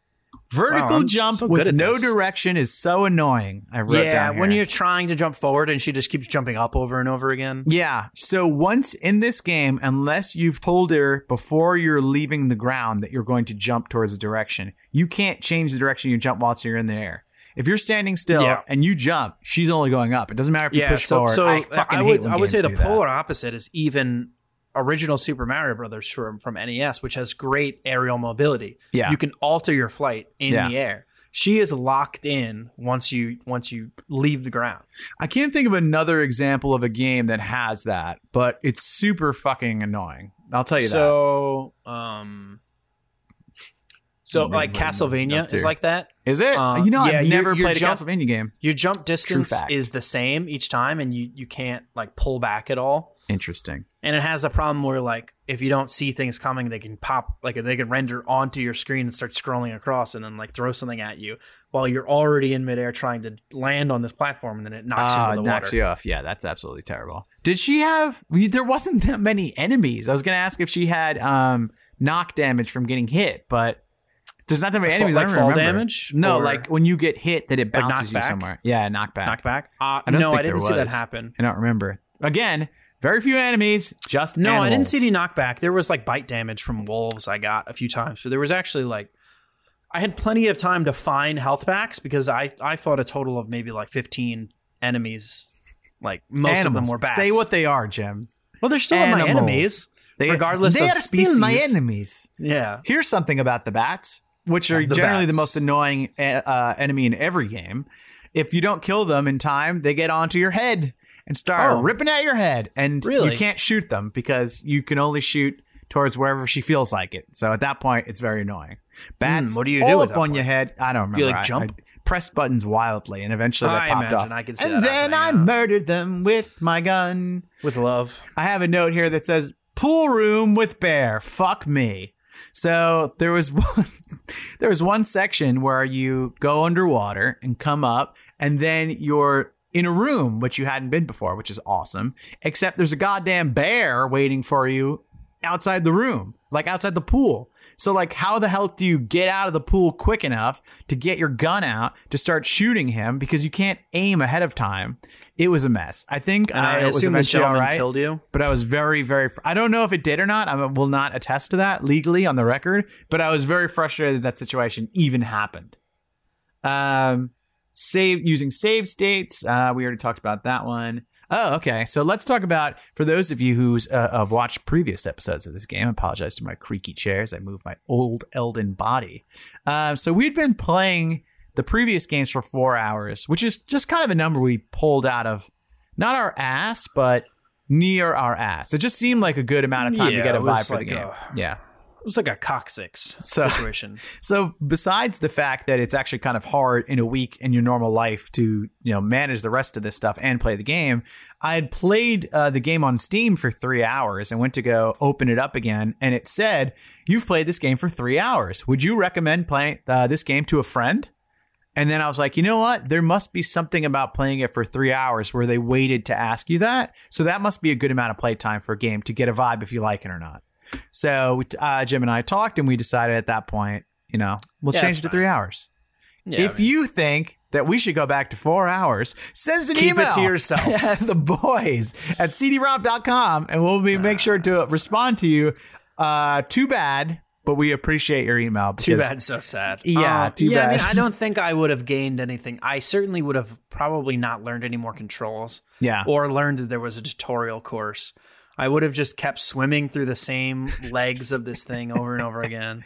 Vertical
I'm
jump
so good
with
at
no
this.
direction is so annoying. I wrote
yeah,
down here.
when you're trying to jump forward and she just keeps jumping up over and over again.
Yeah. So once in this game, unless you've told her before you're leaving the ground that you're going to jump towards a direction, you can't change the direction you jump whilst you're in the air. If you're standing still
Yeah.
and you jump, she's only going up. It doesn't matter if you push forward. I fucking hate
would
when
I would
games
say the
do that.
polar opposite is even original Super Mario Brothers from from NES, which has great aerial mobility.
Yeah.
you can alter your flight in
Yeah.
the air. She is locked in once you once you leave the ground.
I can't think of another example of a game that has that, but it's super fucking annoying. I'll tell you that. Mm-hmm,
So, um, so
I'm
like
reading my
Castlevania
notes
is
here.
like that.
Is it?
uh,
you know,
yeah,
I've
you're-
never
you're
played
jump-
a Castlevania game.
Your jump distance
fact.
is the same each time, and you you can't like pull back at all.
Interesting.
And it has the problem where like if you don't see things coming, they can pop like they can render onto your screen and start scrolling across, and then like throw something at you while you're already in midair trying to land on this platform, and then it knocks you
Ah,
into the
knocks
water.
you off. Yeah, that's absolutely terrible. Did she have? we- There wasn't that many enemies. I was gonna ask if she had um knock damage from getting hit, but there's not that many
Fa-
enemies. I
like
don't
fall
remember.
damage?
No,
Or-
like when you get hit, that it
Like
bounces you
knockback?
somewhere. Yeah, knockback.
Knock back. Uh,
I don't
no,
think
I didn't
there
see that
was.
happen.
I don't remember. Again, very few enemies. Just
No, I didn't
animals.
see any knockback. There was like bite damage from wolves I got a few times. So there was actually like I had plenty of time to find health packs because I I fought a total of maybe like 15 enemies. Like most of them
Animals.
were bats.
Say what they are, Jim.
Well, they're still my
Animals.
enemies.
They,
Regardless
they
of
are still my
species.
enemies.
Yeah.
Here's something about the bats, which are
The
generally
bats.
the most annoying uh, enemy in every game. If you don't kill them in time, they get onto your head and start
Oh.
ripping at your head, and
Really?
you can't shoot them because you can only shoot towards wherever she feels like it. So at that point, it's very annoying. Bats,
Hmm, what do you
all
do
up
at that
on your head? I don't remember.
you, like,
I-
jump?
I pressed buttons wildly, and eventually they
I
popped off.
imagine I can see
and
that
then I
happening, yeah.
murdered them with my gun.
With love.
I have a note here that says pool room with bear. Fuck me. So there was one, there was one section where you go underwater and come up, and then you're in a room which you hadn't been before, which is awesome. Except there's a goddamn bear waiting for you outside the room, like outside the pool. So like, how the hell do you get out of the pool quick enough to get your gun out to start shooting him because you can't aim ahead of time? It was a mess. I think
And I,
I was
assume the
eventually all
gentleman
right
killed you.
but I was very, very. Fr- I don't know if it did or not. I will not attest to that legally on the record. But I was very frustrated that that situation even happened. Um, save using save states. Uh, we already talked about that one. Oh, okay. So let's talk about for those of you who's uh, have watched previous episodes of this game. I apologize to my creaky chairs. I moved my old Elden body. Uh, so we'd been playing the previous games for four hours, which is just kind of a number we pulled out of not our ass, but near our ass. It just seemed like a good amount of time
Yeah,
to get a
it
vibe
was
for
like
the game.
a-
yeah.
It was like a coccyx
So-
situation.
So besides the fact that it's actually kind of hard in a week in your normal life to you know manage the rest of this stuff and play the game, I had played uh, the game on Steam for three hours and went to go open it up again, and it said you've played this game for three hours. Would you recommend playing uh, this game to a friend? And then I was like, you know what? There must be something about playing it for three hours where they waited to ask you that. So that must be a good amount of playtime for a game to get a vibe if you like it or not. So uh, Jim and I talked, and we decided at that point, you know, we'll
Yeah,
change
that's
it to
fine.
three hours.
Yeah,
if
I mean,
you think that we should go back to four hours, send us an
Keep it
email
to yourself.
the boys at cdrop.com, and we'll be make sure to respond to you. Uh, too bad, but we appreciate your email.
too
because-
bad, so sad.
Yeah,
Um,
too
yeah, I
bad.
mean, I don't think I would have gained anything. I certainly would have probably not learned any more controls.
Yeah,
or learned that there was a tutorial course. I would have just kept swimming through the same legs of this thing over and over again,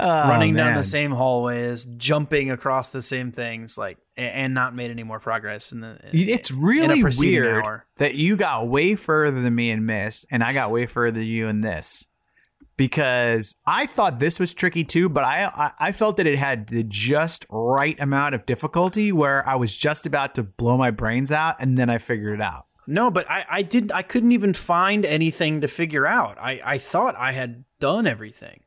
Oh,
running down
man.
the same hallways, jumping across the same things, like a- and not made any more progress in the.
It's really
preceding
weird
hour.
that you got way further than me in Miss, and I got way further than you in this. Because I thought this was tricky too, but I, I I felt that it had the just right amount of difficulty where I was just about to blow my brains out, and then I figured it out.
No, but I, I didn't. I couldn't even find anything to figure out. I, I thought I had done everything.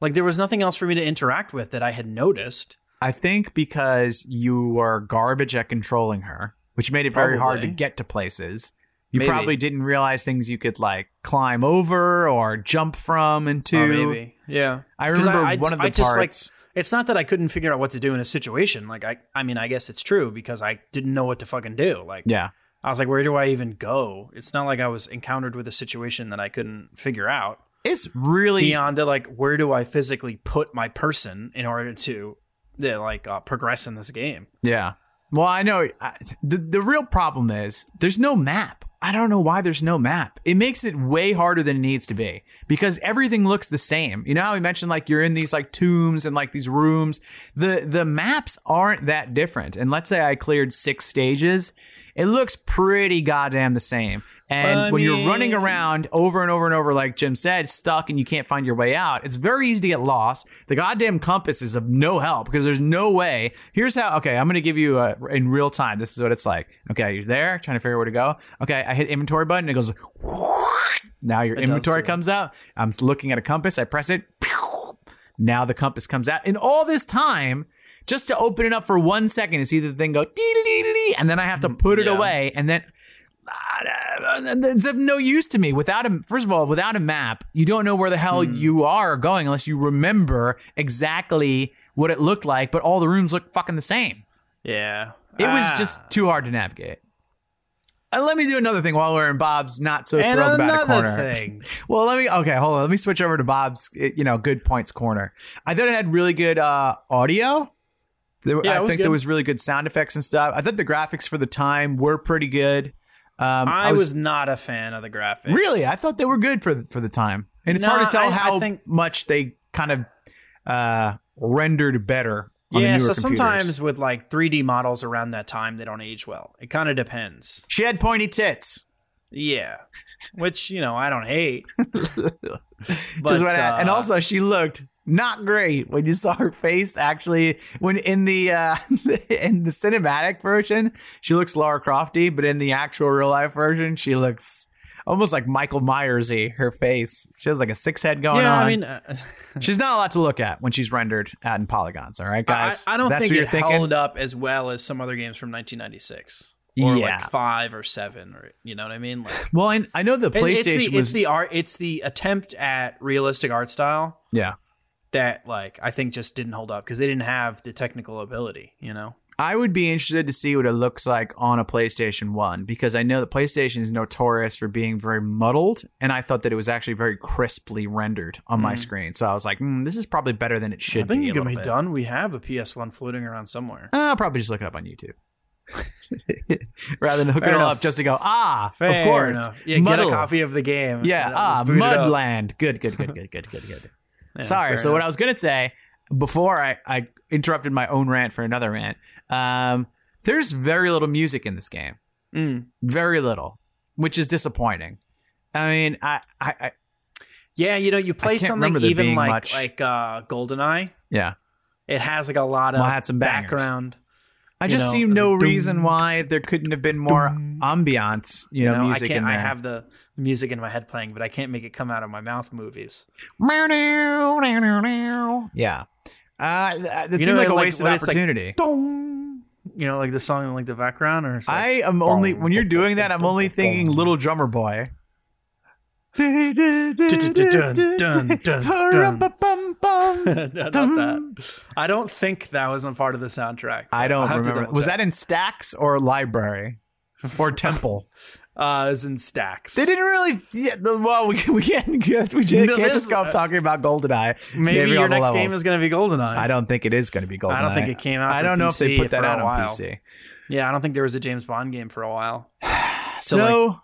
Like there was nothing else for me to interact with that I had noticed.
I think because you were garbage at controlling her, which made it very hard to
Probably.
get to places. You
Maybe.
probably didn't realize things you could like climb over or jump from and to.
Or Oh, maybe, yeah.
I
'Cause
remember
I- I-
one of the
I just, like,
parts.
It's not that I couldn't figure out what to do in a situation. Like I, I mean, I guess it's true because I didn't know what to fucking do. Like
yeah,
I was like, where do I even go? It's not like I was encountered with a situation that I couldn't figure out.
it's really
Beyond that, like where do I physically put my person in order to, yeah, like uh, progress in this game?
yeah. Well, I know I, the the real problem is there's no map. I don't know why there's no map. It makes it way harder than it needs to be because everything looks the same. You know how we mentioned like you're in these like tombs and like these rooms. The the maps aren't that different. And let's say I cleared six stages, it looks pretty goddamn the same. And
I
when
mean-
you're running around over and over and over, like Jim said, stuck and you can't find your way out, it's very easy to get lost. The goddamn compass is of no help because there's no way. Here's how. Okay, I'm gonna give you a, in real time. This is what it's like. Okay, you're there trying to figure out where to go. Okay, I hit inventory button. It goes. Now your
It does
inventory
do that.
comes out. I'm looking at a compass. I press it. Pew! Now the compass comes out. And all this time, just to open it up for one second and see the thing go, dee-dee-dee-dee, and then I have to put it
Mm, yeah.
away. And then Ah, it's of no use to me. Without a, first of all, without a map, you don't know where the hell you are going unless you remember exactly what it looked like. But all the rooms look fucking the same.
Yeah,
It
Ah.
was just too hard to navigate. And let me do another thing while we're in Bob's not so
and
thrilled about a
another
corner.
thing.
Well, let me. Okay, hold on. Let me switch over to Bob's. eh, You know, good points corner. I thought it had really good uh, audio. There,
Yeah,
I
it was
think there
good.
was really good sound effects and stuff. I thought the graphics for the time were pretty good. Um,
I was, not a fan of the graphics.
really. I thought they were good for the, for the time, and it's
Nah,
hard to tell
I- I
how
think-
much they kind of uh, rendered better. On the
yeah.
newer
So
computers.
sometimes with like 3D models around that time, they don't age well. It kind of depends.
she had pointy tits.
Yeah, which you know I don't hate.
Which is
But,
what I- and
uh,
also she looked not great when you saw her face actually when in the uh in the cinematic version she looks Lara Crofty but in the actual real life version she looks almost like Michael Myersy her face she has like a six head going
yeah,
on
I mean, uh,
she's not a lot to look at when she's rendered out in polygons all right guys
I, I don't
That's
think
what
it
you're thinking
held up as well as some other games from 1996 or
Yeah.
like five or seven or you know what I mean. Like,
well I, I know the
it-
PlayStation
it's the,
was
it's the art. It's the attempt at realistic art style
yeah
that like I think just didn't hold up because they didn't have the technical ability. You know.
I would be interested to see what it looks like on a PlayStation 1 because I know that PlayStation is notorious for being very muddled, and I thought that it was actually very crisply rendered on my
Mm.
screen. So I was like, mm, this is probably better than it should
I think
be.
it
a
can
little
be
bit.
done. We have a PS1 floating around somewhere.
Uh, I'll probably just look it up on YouTube rather than hook
Fair
it all
enough.
up just to go, ah, of course.
Yeah,
muddle.
get a copy of the game.
Yeah,
and, uh,
ah,
boot it up.
Mudland. Good, good, good, good, good, good, good.
Yeah,
Sorry.
fair
So what
enough.
I was gonna say before I, I interrupted my own rant for another rant. Um, there's very little music in this game.
Mm.
Very little, which is disappointing. I mean, I, I, I
Yeah, you know, you play
can't
something
remember there
even
being
like
much-
like uh, Goldeneye.
yeah.
It has like a lot of
Well, it had some bangers.
background.
I
You
just
know,
see no
doom,
reason why there couldn't have been more ambiance, you
You
know,
know, I
music
can't.
in there.
I have the music in my head playing, but I can't make it come out of my mouth. Movies.
yeah. Uh, that that
You
seemed
know,
like a
like,
wasted
when it's like-
opportunity.
Dong. You know, like the song in like the background, or it's like,
I am only when you're doing that, I'm only thinking Little Drummer Boy. I
not that. I don't think that was a part of the soundtrack.
don't
I'll have to
remember.
double
Was
check.
that in Stacks or Library or Temple?
Uh, it was in stacks.
They didn't really. Yeah, the- well, we, we can't. just- We can't,
No,
can't
this-
just stop talking about Goldeneye.
Maybe,
on
your
the
next
levels.
game is going to be Goldeneye.
I don't think it is going to be Goldeneye.
I don't think it came out.
I
for
don't know if they
PC
put that
for a
out on
while.
PC.
Yeah, I don't think there was a James Bond game for a while.
So,
So,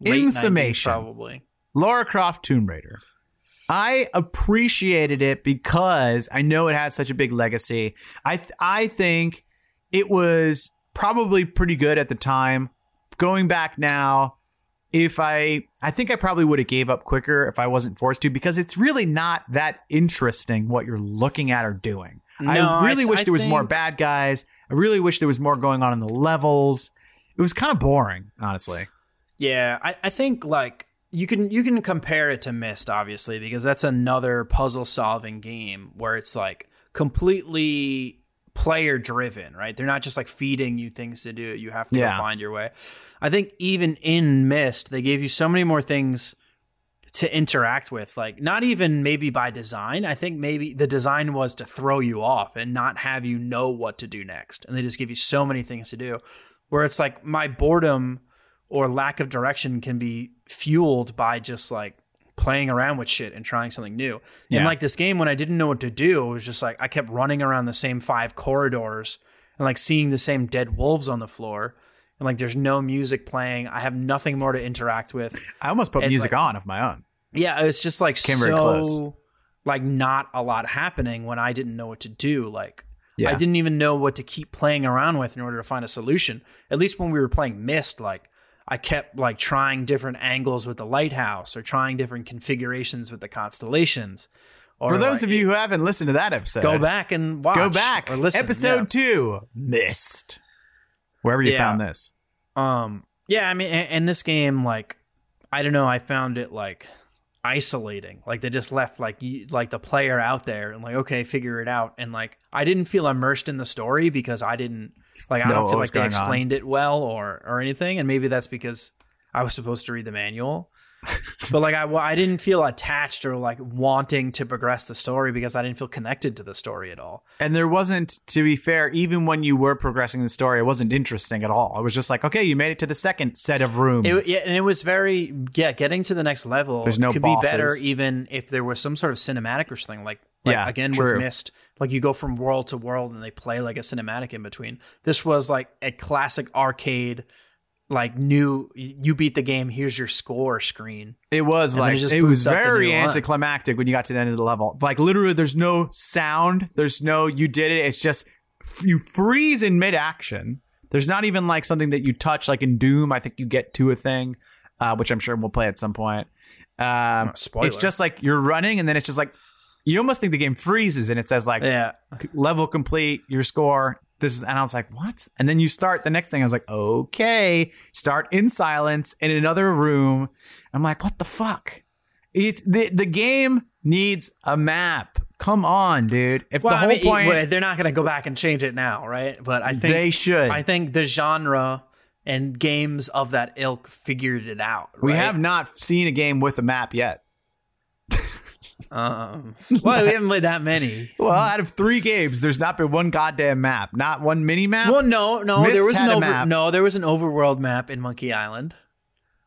like,
in
90s
summation,
probably.
Laura Croft Tomb Raider. I appreciated it because I know it has such a big legacy. I th- I think it was probably pretty good at the time. Going back now, if I I think I probably would have gave up quicker if I wasn't forced to because it's really not that interesting what you're looking at or doing.
No,
I
I
really
th-
wish
I
there was more
think-
bad guys. I really wish there was more going on in the levels. It was kind of boring, honestly.
Yeah, I, I think like you can you can compare it to Myst, obviously, because that's another puzzle solving game where it's like completely player driven, right? They're not just like feeding you things to do. You have to go
Yeah.
find your way. I think even in Myst, they gave you so many more things to interact with. Like not even maybe by design. I think maybe the design was to throw you off and not have you know what to do next. And they just give you so many things to do. Where it's like my boredom or lack of direction can be fueled by just like playing around with shit and trying something new.
Yeah.
And like this game, when I didn't know what to do, it was just like I kept running around the same five corridors and like seeing the same dead wolves on the floor. And like there's no music playing. I have nothing more to interact with.
I almost put
It's
music
like-
on of my own.
Yeah, it's just like
Came
so
very close.
like not a lot happening when I didn't know what to do. Like
Yeah.
I didn't even know what to keep playing around with in order to find a solution. At least when we were playing Mist, like I kept like trying different angles with the lighthouse or trying different configurations with the constellations. Or
For those
like,
of you who haven't listened to that episode,
go back and watch
Go back.
or listen.
Episode
yeah.
two, Mist. Wherever you
Yeah.
found this.
Um, yeah, I mean, and, and this game, like, I don't know, I found it like isolating. Like they just left like you, like the player out there and like, okay, figure it out. And like, I didn't feel immersed in the story because I didn't like I
Know
don't
what
feel
was
like they
going on.
explained it well or or anything. And maybe that's because I was supposed to read the manual. but like I, I didn't feel attached or like wanting to progress the story because I didn't feel connected to the story at all.
And there wasn't, to be fair, even when you were progressing the story, it wasn't interesting at all. I was just like, okay, you made it to the second set of rooms.
It, yeah, and it was very yeah. Getting to the next level
There's no
could
bosses.
be better even if there was some sort of cinematic or something. Like, like
Yeah,
again
true.
with Mist, like you go from world to world and they play like a cinematic in between. This was like a classic arcade, like new. You beat the game. Here's your score screen.
It was
And then
like
it just
it was
boots up the
very
new one.
anticlimactic when you got to the end of the level. Like literally, there's no sound. There's no you did it. It's just f- you freeze in mid action. There's not even like something that you touch, like in Doom. I think you get to a thing, uh, which I'm sure we'll play at some point. Um,
Spoiler.
it's just like you're running, and then it's just like you almost think the game freezes, and it says like
yeah.
level complete, your score. This is, and I was like, what? And then you start the next thing. I was like, okay, start in silence in another room. I'm like, what the fuck? It's the the game needs a map. Come on, dude. If
Well,
the whole
I mean,
point,
well, they're not going to go back and change it now, right? But I think
they should.
I think the genre and games of that ilk figured it out.
we
right?
have not seen a game with a map yet.
Um, well, we haven't played that many.
Well, out of three games, there's not been one goddamn map, not one mini map.
Well, no, no,
Myst
there was an
had a
over,
map.
no, there was an overworld map in Monkey Island.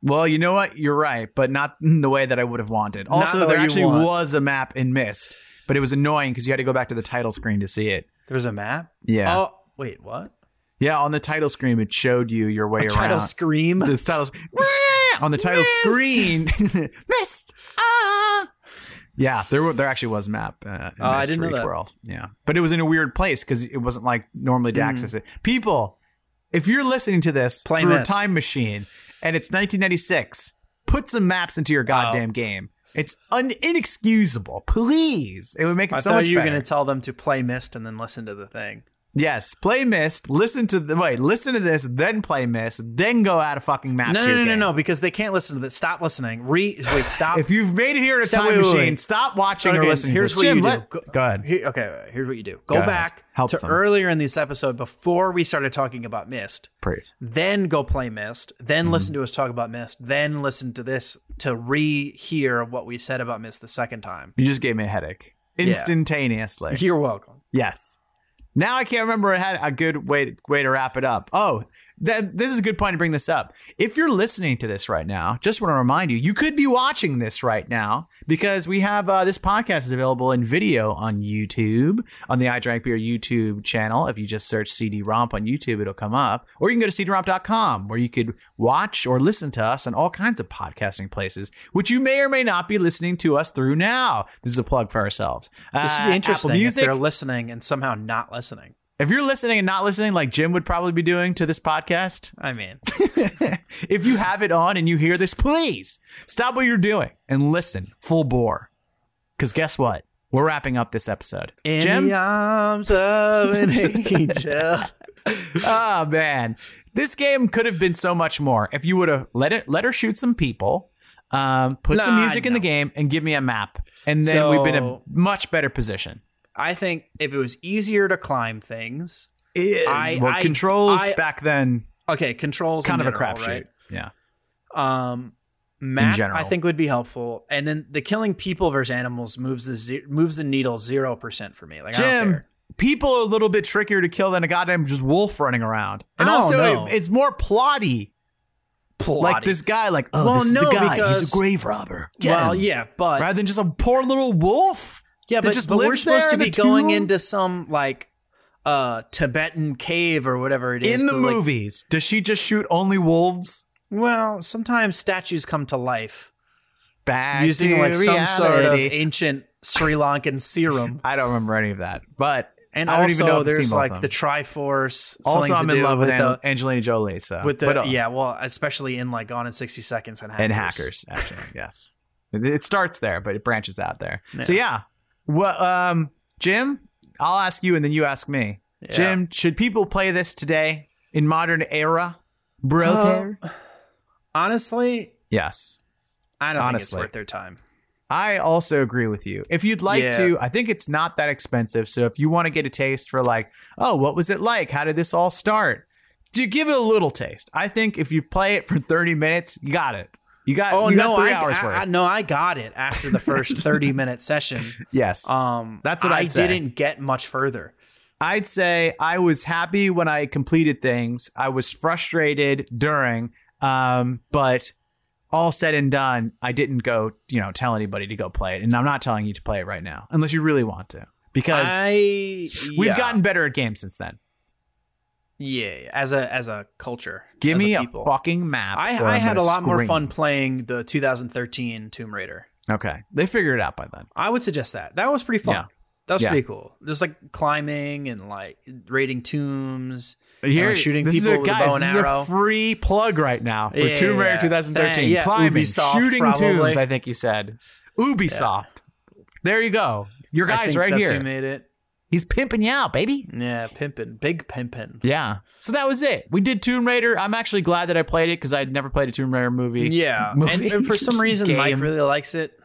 Well, you know what? You're right, but not in the way that I would have wanted. Also,
the way
there
you
actually
want.
was a map in Mist, but it was annoying because you had to go back to the title screen to see it.
There was a map.
Yeah,
Oh, wait, what?
yeah. On the title screen, it showed you your way
A
around.
title scream.
the title on the title
Mist.
screen, Mist. Ah. Yeah, there were, there actually was a map. Uh, in
Oh, I
Mist
didn't
for
know
each
that.
world. Yeah, but it was in a weird place because it wasn't like normally to
Mm.
access it. People, if you're listening to this
Play
through
Mist.
a time machine and it's 1996, put some maps into your goddamn game. It's un- inexcusable. Please, it would make it
I
so
thought
much
you were
better.
going to tell them to play Mist and then listen to the thing.
yes, play Mist. Listen to the wait. Listen to this, then play Mist, then go add a fucking map.
No,
to
no,
your
no, no,
game.
no, because they can't listen to that. Stop listening. Re wait, stop.
If you've made it here in a
Stop-
time
wait, wait,
machine,
wait.
stop watching or
Okay,
listening.
here's
to
what
this. Jim,
you do.
let-
Go-
go ahead.
Here- okay, here's what you do.
Go
Go
ahead.
back
Help
to
them.
earlier in this episode before we started talking about Mist.
Praise.
then go play Mist,
Mm-hmm.
then listen to us talk about Mist, then listen to this to re-hear what we said about Mist the second time.
You just gave me a headache instantaneously.
You're welcome.
yes. Now I can't remember I had a good way to, way to wrap it up. Oh, that this is a good point to bring this up. If you're listening to this right now, just want to remind you, you could be watching this right now because we have uh, this podcast is available in video on YouTube on the I Drank Beer YouTube channel. If you just search CD Romp on YouTube, it'll come up, or you can go to cdromp.com where you could watch or listen to us on all kinds of podcasting places, which you may or may not be listening to us through now. This is a plug for ourselves.
This would
Uh,
be interesting
Apple
if
Music,
they're listening and somehow not listening.
if you're listening and not listening, like Jim would probably be doing to this podcast,
I mean,
if you have it on and you hear this, please stop what you're doing and listen full bore. Because guess what? We're wrapping up this episode.
in
Jim?
the uh, arms of an angel.
oh man, this game could have been so much more if you would have let it let her shoot some people, um, put some
Nah,
music in the
no.
game, and give me a map, and then
So-
we've been in a much better position.
I think if it was easier to climb things, I-
well,
I-
controls
I-
back then
okay, controls
kind
in
of a
general,
crapshoot.
right?
Yeah,
Um, map
general.
I think would be helpful, and then the killing people versus animals moves the ze- moves the needle zero percent for me. Like I don't
Jim.
care.
People are a little bit trickier to kill than a goddamn just wolf running around, and
I don't
also
know.
it- it's more plotty. Like
Plotty.
this guy, like oh,
Well,
this is
no,
the guy. He's
because-
a grave robber. Get
Well,
him.
yeah, but
Rather than just a poor little wolf.
yeah,
that
but,
just
but we're
lives
supposed
there
to
in
be
the
going
tomb?
into some like uh Tibetan cave or whatever it is
In the
to, like-
movies, does she just shoot only wolves?
well, sometimes statues come to life
back
using
to
like some sort of
reality.
ancient Sri Lankan serum.
I don't remember any of that, but
And
I don't
also,
even know if I've seen
there's
both
like
of
the
them.
Triforce.
also
something
I'm
to
in
do
love with,
the,
An- Angelina Jolie. So
with the
but, uh,
yeah well especially in like gone in 60 seconds and hackers.
and hackers actually yes, it, it starts there, but it branches out there.
Yeah.
So yeah, what um Jim? I'll ask you, and then you ask me.
Yeah.
Jim, should people play this today in modern era? Bro,
Uh,
there?
honestly
yes.
i don't
Honestly.
think it's worth their time
I also agree with you. If you'd like
Yeah.
to, I think it's not that expensive. So if you want to get a taste for like, oh, what was it like? How did this all start? Do give it a little taste. I think if you play it for 30 minutes, you got it. You got
oh
Uh, you got
no
three
I,
hours
I,
worth.
I no i got it after the first 30 minute session
yes.
um
That's what
i
I'd say.
didn't get much further
I'd say I was happy when I completed things. I was frustrated during, um, but all said and done, I didn't go, you know, tell anybody to go play it. And I'm not telling you to play it right now, unless you really want to. Because
i
we've
yeah.
gotten better at games since then.
yeah as a as a culture
Give
as
me a,
a, people.
fucking map.
I,
or
I
I'm
had a
gonna
lot more
scream.
fun playing the 2013 Tomb Raider.
Okay, they figured it out by then.
I would suggest that. That was pretty fun.
Yeah.
That was
Yeah.
pretty cool. There's like climbing and like raiding tombs.
Here,
shooting
this is
people
a,
with a
guys,
bow and
this is a
arrow.
free plug right now for
Yeah,
Tomb Raider
yeah.
2013.
Yeah,
Climbing,
Ubisoft,
shooting
probably.
tombs. I think you said Ubisoft. There you go. Your
I
guy's
think
right
that's
here.
Who made it?
He's pimping you out, baby.
Yeah, pimpin', big pimpin'.
Yeah. So that was it. We did Tomb Raider. I'm actually glad that I played it because I'd never played a Tomb Raider movie.
Yeah, and,
movie
and for some reason, Mike
game.
really likes it.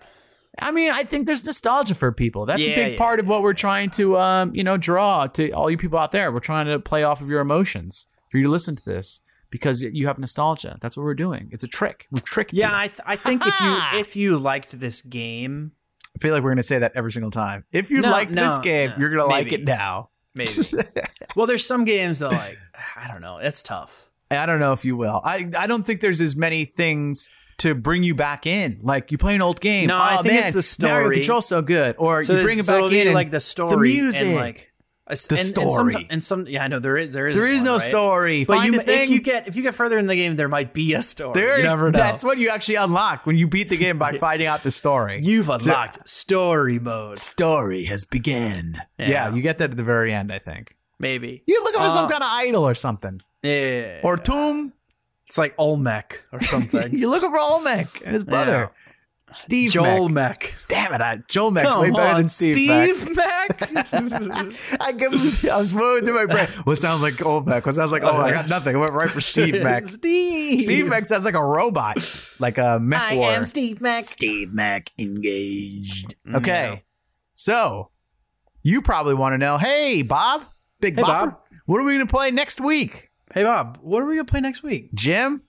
I mean, I think there's nostalgia for people. That's a
Yeah,
big
yeah,
part of what we're trying to, um, you know, draw to all you people out there. We're trying to play off of your emotions for you to listen to this because you have nostalgia. That's what we're doing. It's a trick. We tricked
Yeah,
you.
I, th- I think if you if you liked this game,
I feel like we're gonna say that every single time. If you
No,
liked
no,
this game,
no.
you're gonna like
Maybe.
it now.
maybe. well, there's some games that like I don't know. It's tough.
I don't know if you will. I I don't think there's as many things to bring you back in. Like you play an old game.
No, I
Oh,
think
man,
it's the
Now your
story.
control's so good, or
So
you
there's-
bring it
so
back
it'll be,
in. and
like the story,
music.
and like a s-
The
and, and,
story.
someti- and some. Yeah, I know there is there is
there is
one,
no
right?
story.
But
Find
you,
a thing.
if you get if you get further in the game, there might be a story.
There,
you never know.
That's what you actually unlock when you beat the game by finding out the story.
You've unlocked story mode.
story has begun. Yeah.
Yeah.
you get that at the very end, I think.
Maybe.
You look up
Uh,
some kind of idol or something,
Yeah.
or tomb.
it's like Olmec or something.
You're looking for Olmec and his brother, Steve.
Joel
Mack.
Mech.
damn it, I, Joel Mack's
Come
way better
on,
than Steve. Mack.
Mack.
I give I was moving through my brain. What sounds like Old Mac? What sounds like oh, I got nothing. I went right for Steve Mack.
Steve.
Steve Mack sounds like a robot, like a mech war. Mm,
Steve Mack.
Steve Mack engaged.
No.
Okay. So you probably want to know, hey Bob, Big
Hey,
Bopper,
Bob.
what are we gonna play next week?
Hey Bob, what are we gonna play next week?
Jim,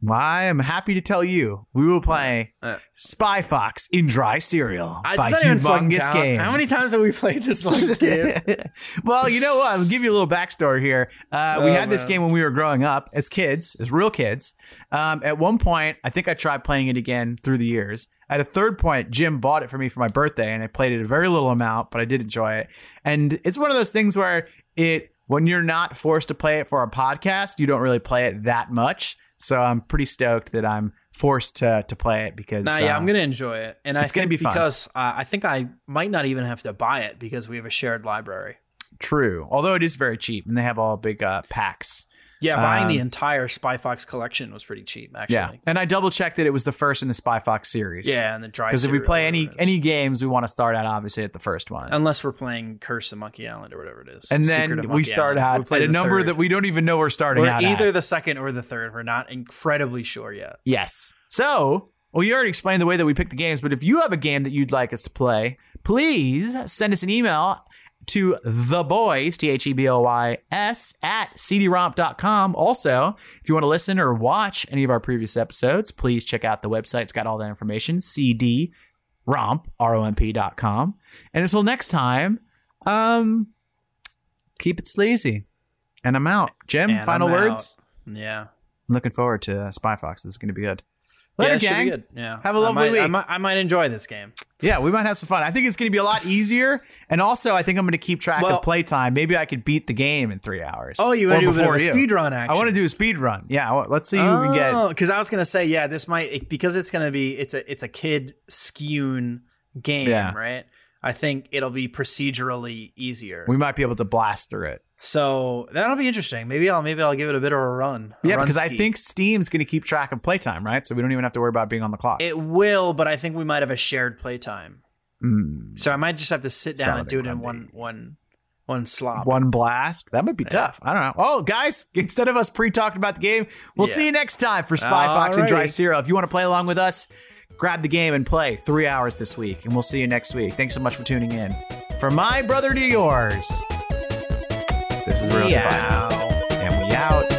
Well, I am happy to tell you, we will play
Uh.
Spy Fox in Dry Cereal
I
by
just don't even fucking
Humongous
count.
Games.
How many times have we played this one? Gabe?
well, you know what? I'll give you a little backstory here. Uh, we
Oh,
had this
man.
game when we were growing up as kids, as real kids. Um, at one point, I think I tried playing it again through the years. At a third point, Jim bought it for me for my birthday, and I played it a very little amount, but I did enjoy it. And it's one of those things where it, when you're not forced to play it for a podcast, you don't really play it that much. So I'm pretty stoked that I'm forced to to play it because
Nah, yeah,
um,
I'm gonna enjoy it, and
it's
I
gonna
think
be fun.
because uh, I think I might not even have to buy it because we have a shared library.
true. Although it is very cheap, and they have all big uh, packs.
Yeah, buying the
Um,
entire Spy Fox collection was pretty cheap,
Yeah,
actually.
and I double checked that it was the first in the Spy Fox series.
Yeah, and the dry.
because if we
cereal
play
or
any
whatever it is.
any games, we want to start out obviously at the first one,
unless we're playing Curse of Monkey Island or whatever it is,
and
Secret of
then we
Monkey
start
Island.
out at a number that we don't even know we're starting
are
out at.
either the second or the third. We're not incredibly sure yet.
Yes. So, well, you already explained the way that we pick the games, but if you have a game that you'd like us to play, please send us an email to the boys, T H E B O Y S, at cdromp.com. Also, if you want to listen or watch any of our previous episodes, please check out the website. It's got all that information, cd romp, R-O-M-P.com. And until next time, um, keep it sleazy. And I'm out. Jim,
And
final
I'm out.
words?
Yeah.
I'm looking forward to uh, Spy Fox. This is going to be good.
yeah,
Later,
it should be
gang.
good. Yeah.
Have a
I
lovely
might- I
week.
might, I might enjoy this game.
Yeah, we might have some fun. I think it's going to be a lot easier. And also, I think I'm going to keep track
Well-
of playtime. Maybe I could beat the game in three hours.
Oh, you
Or
want to do a bit of
before
a
you.
speed run? Action. Oh.
I want to do a speed run. Yeah, well, let's see who we can get.
because I was gonna say yeah, this might it- because it's gonna be it's a it's a kid skewn game,
Yeah.
right? I think it'll be procedurally easier.
We might be able to blast through it.
so that'll be interesting. Maybe I'll maybe I'll give it a bit of a run. a
Yeah,
run
because I
ski.
think Steam's going to keep track of playtime, right? So we don't even have to worry about being on the clock.
it will, but I think we might have a shared playtime.
Mm.
So I might just have to sit down and
Solid
do it in
Grundy.
one one one slop.
One blast. That might be tough. I don't know. Oh, guys, instead of us pre talking about the game, we'll
Yeah.
see you next time for Spy Fox and Dry
Alrighty.
Cereal. If you want to play along with us, grab the game and play three hours this week. And we'll see you next week. Thanks so much for tuning in. From my brother to yours, this is Real Goodbye.
Meow.
And we out.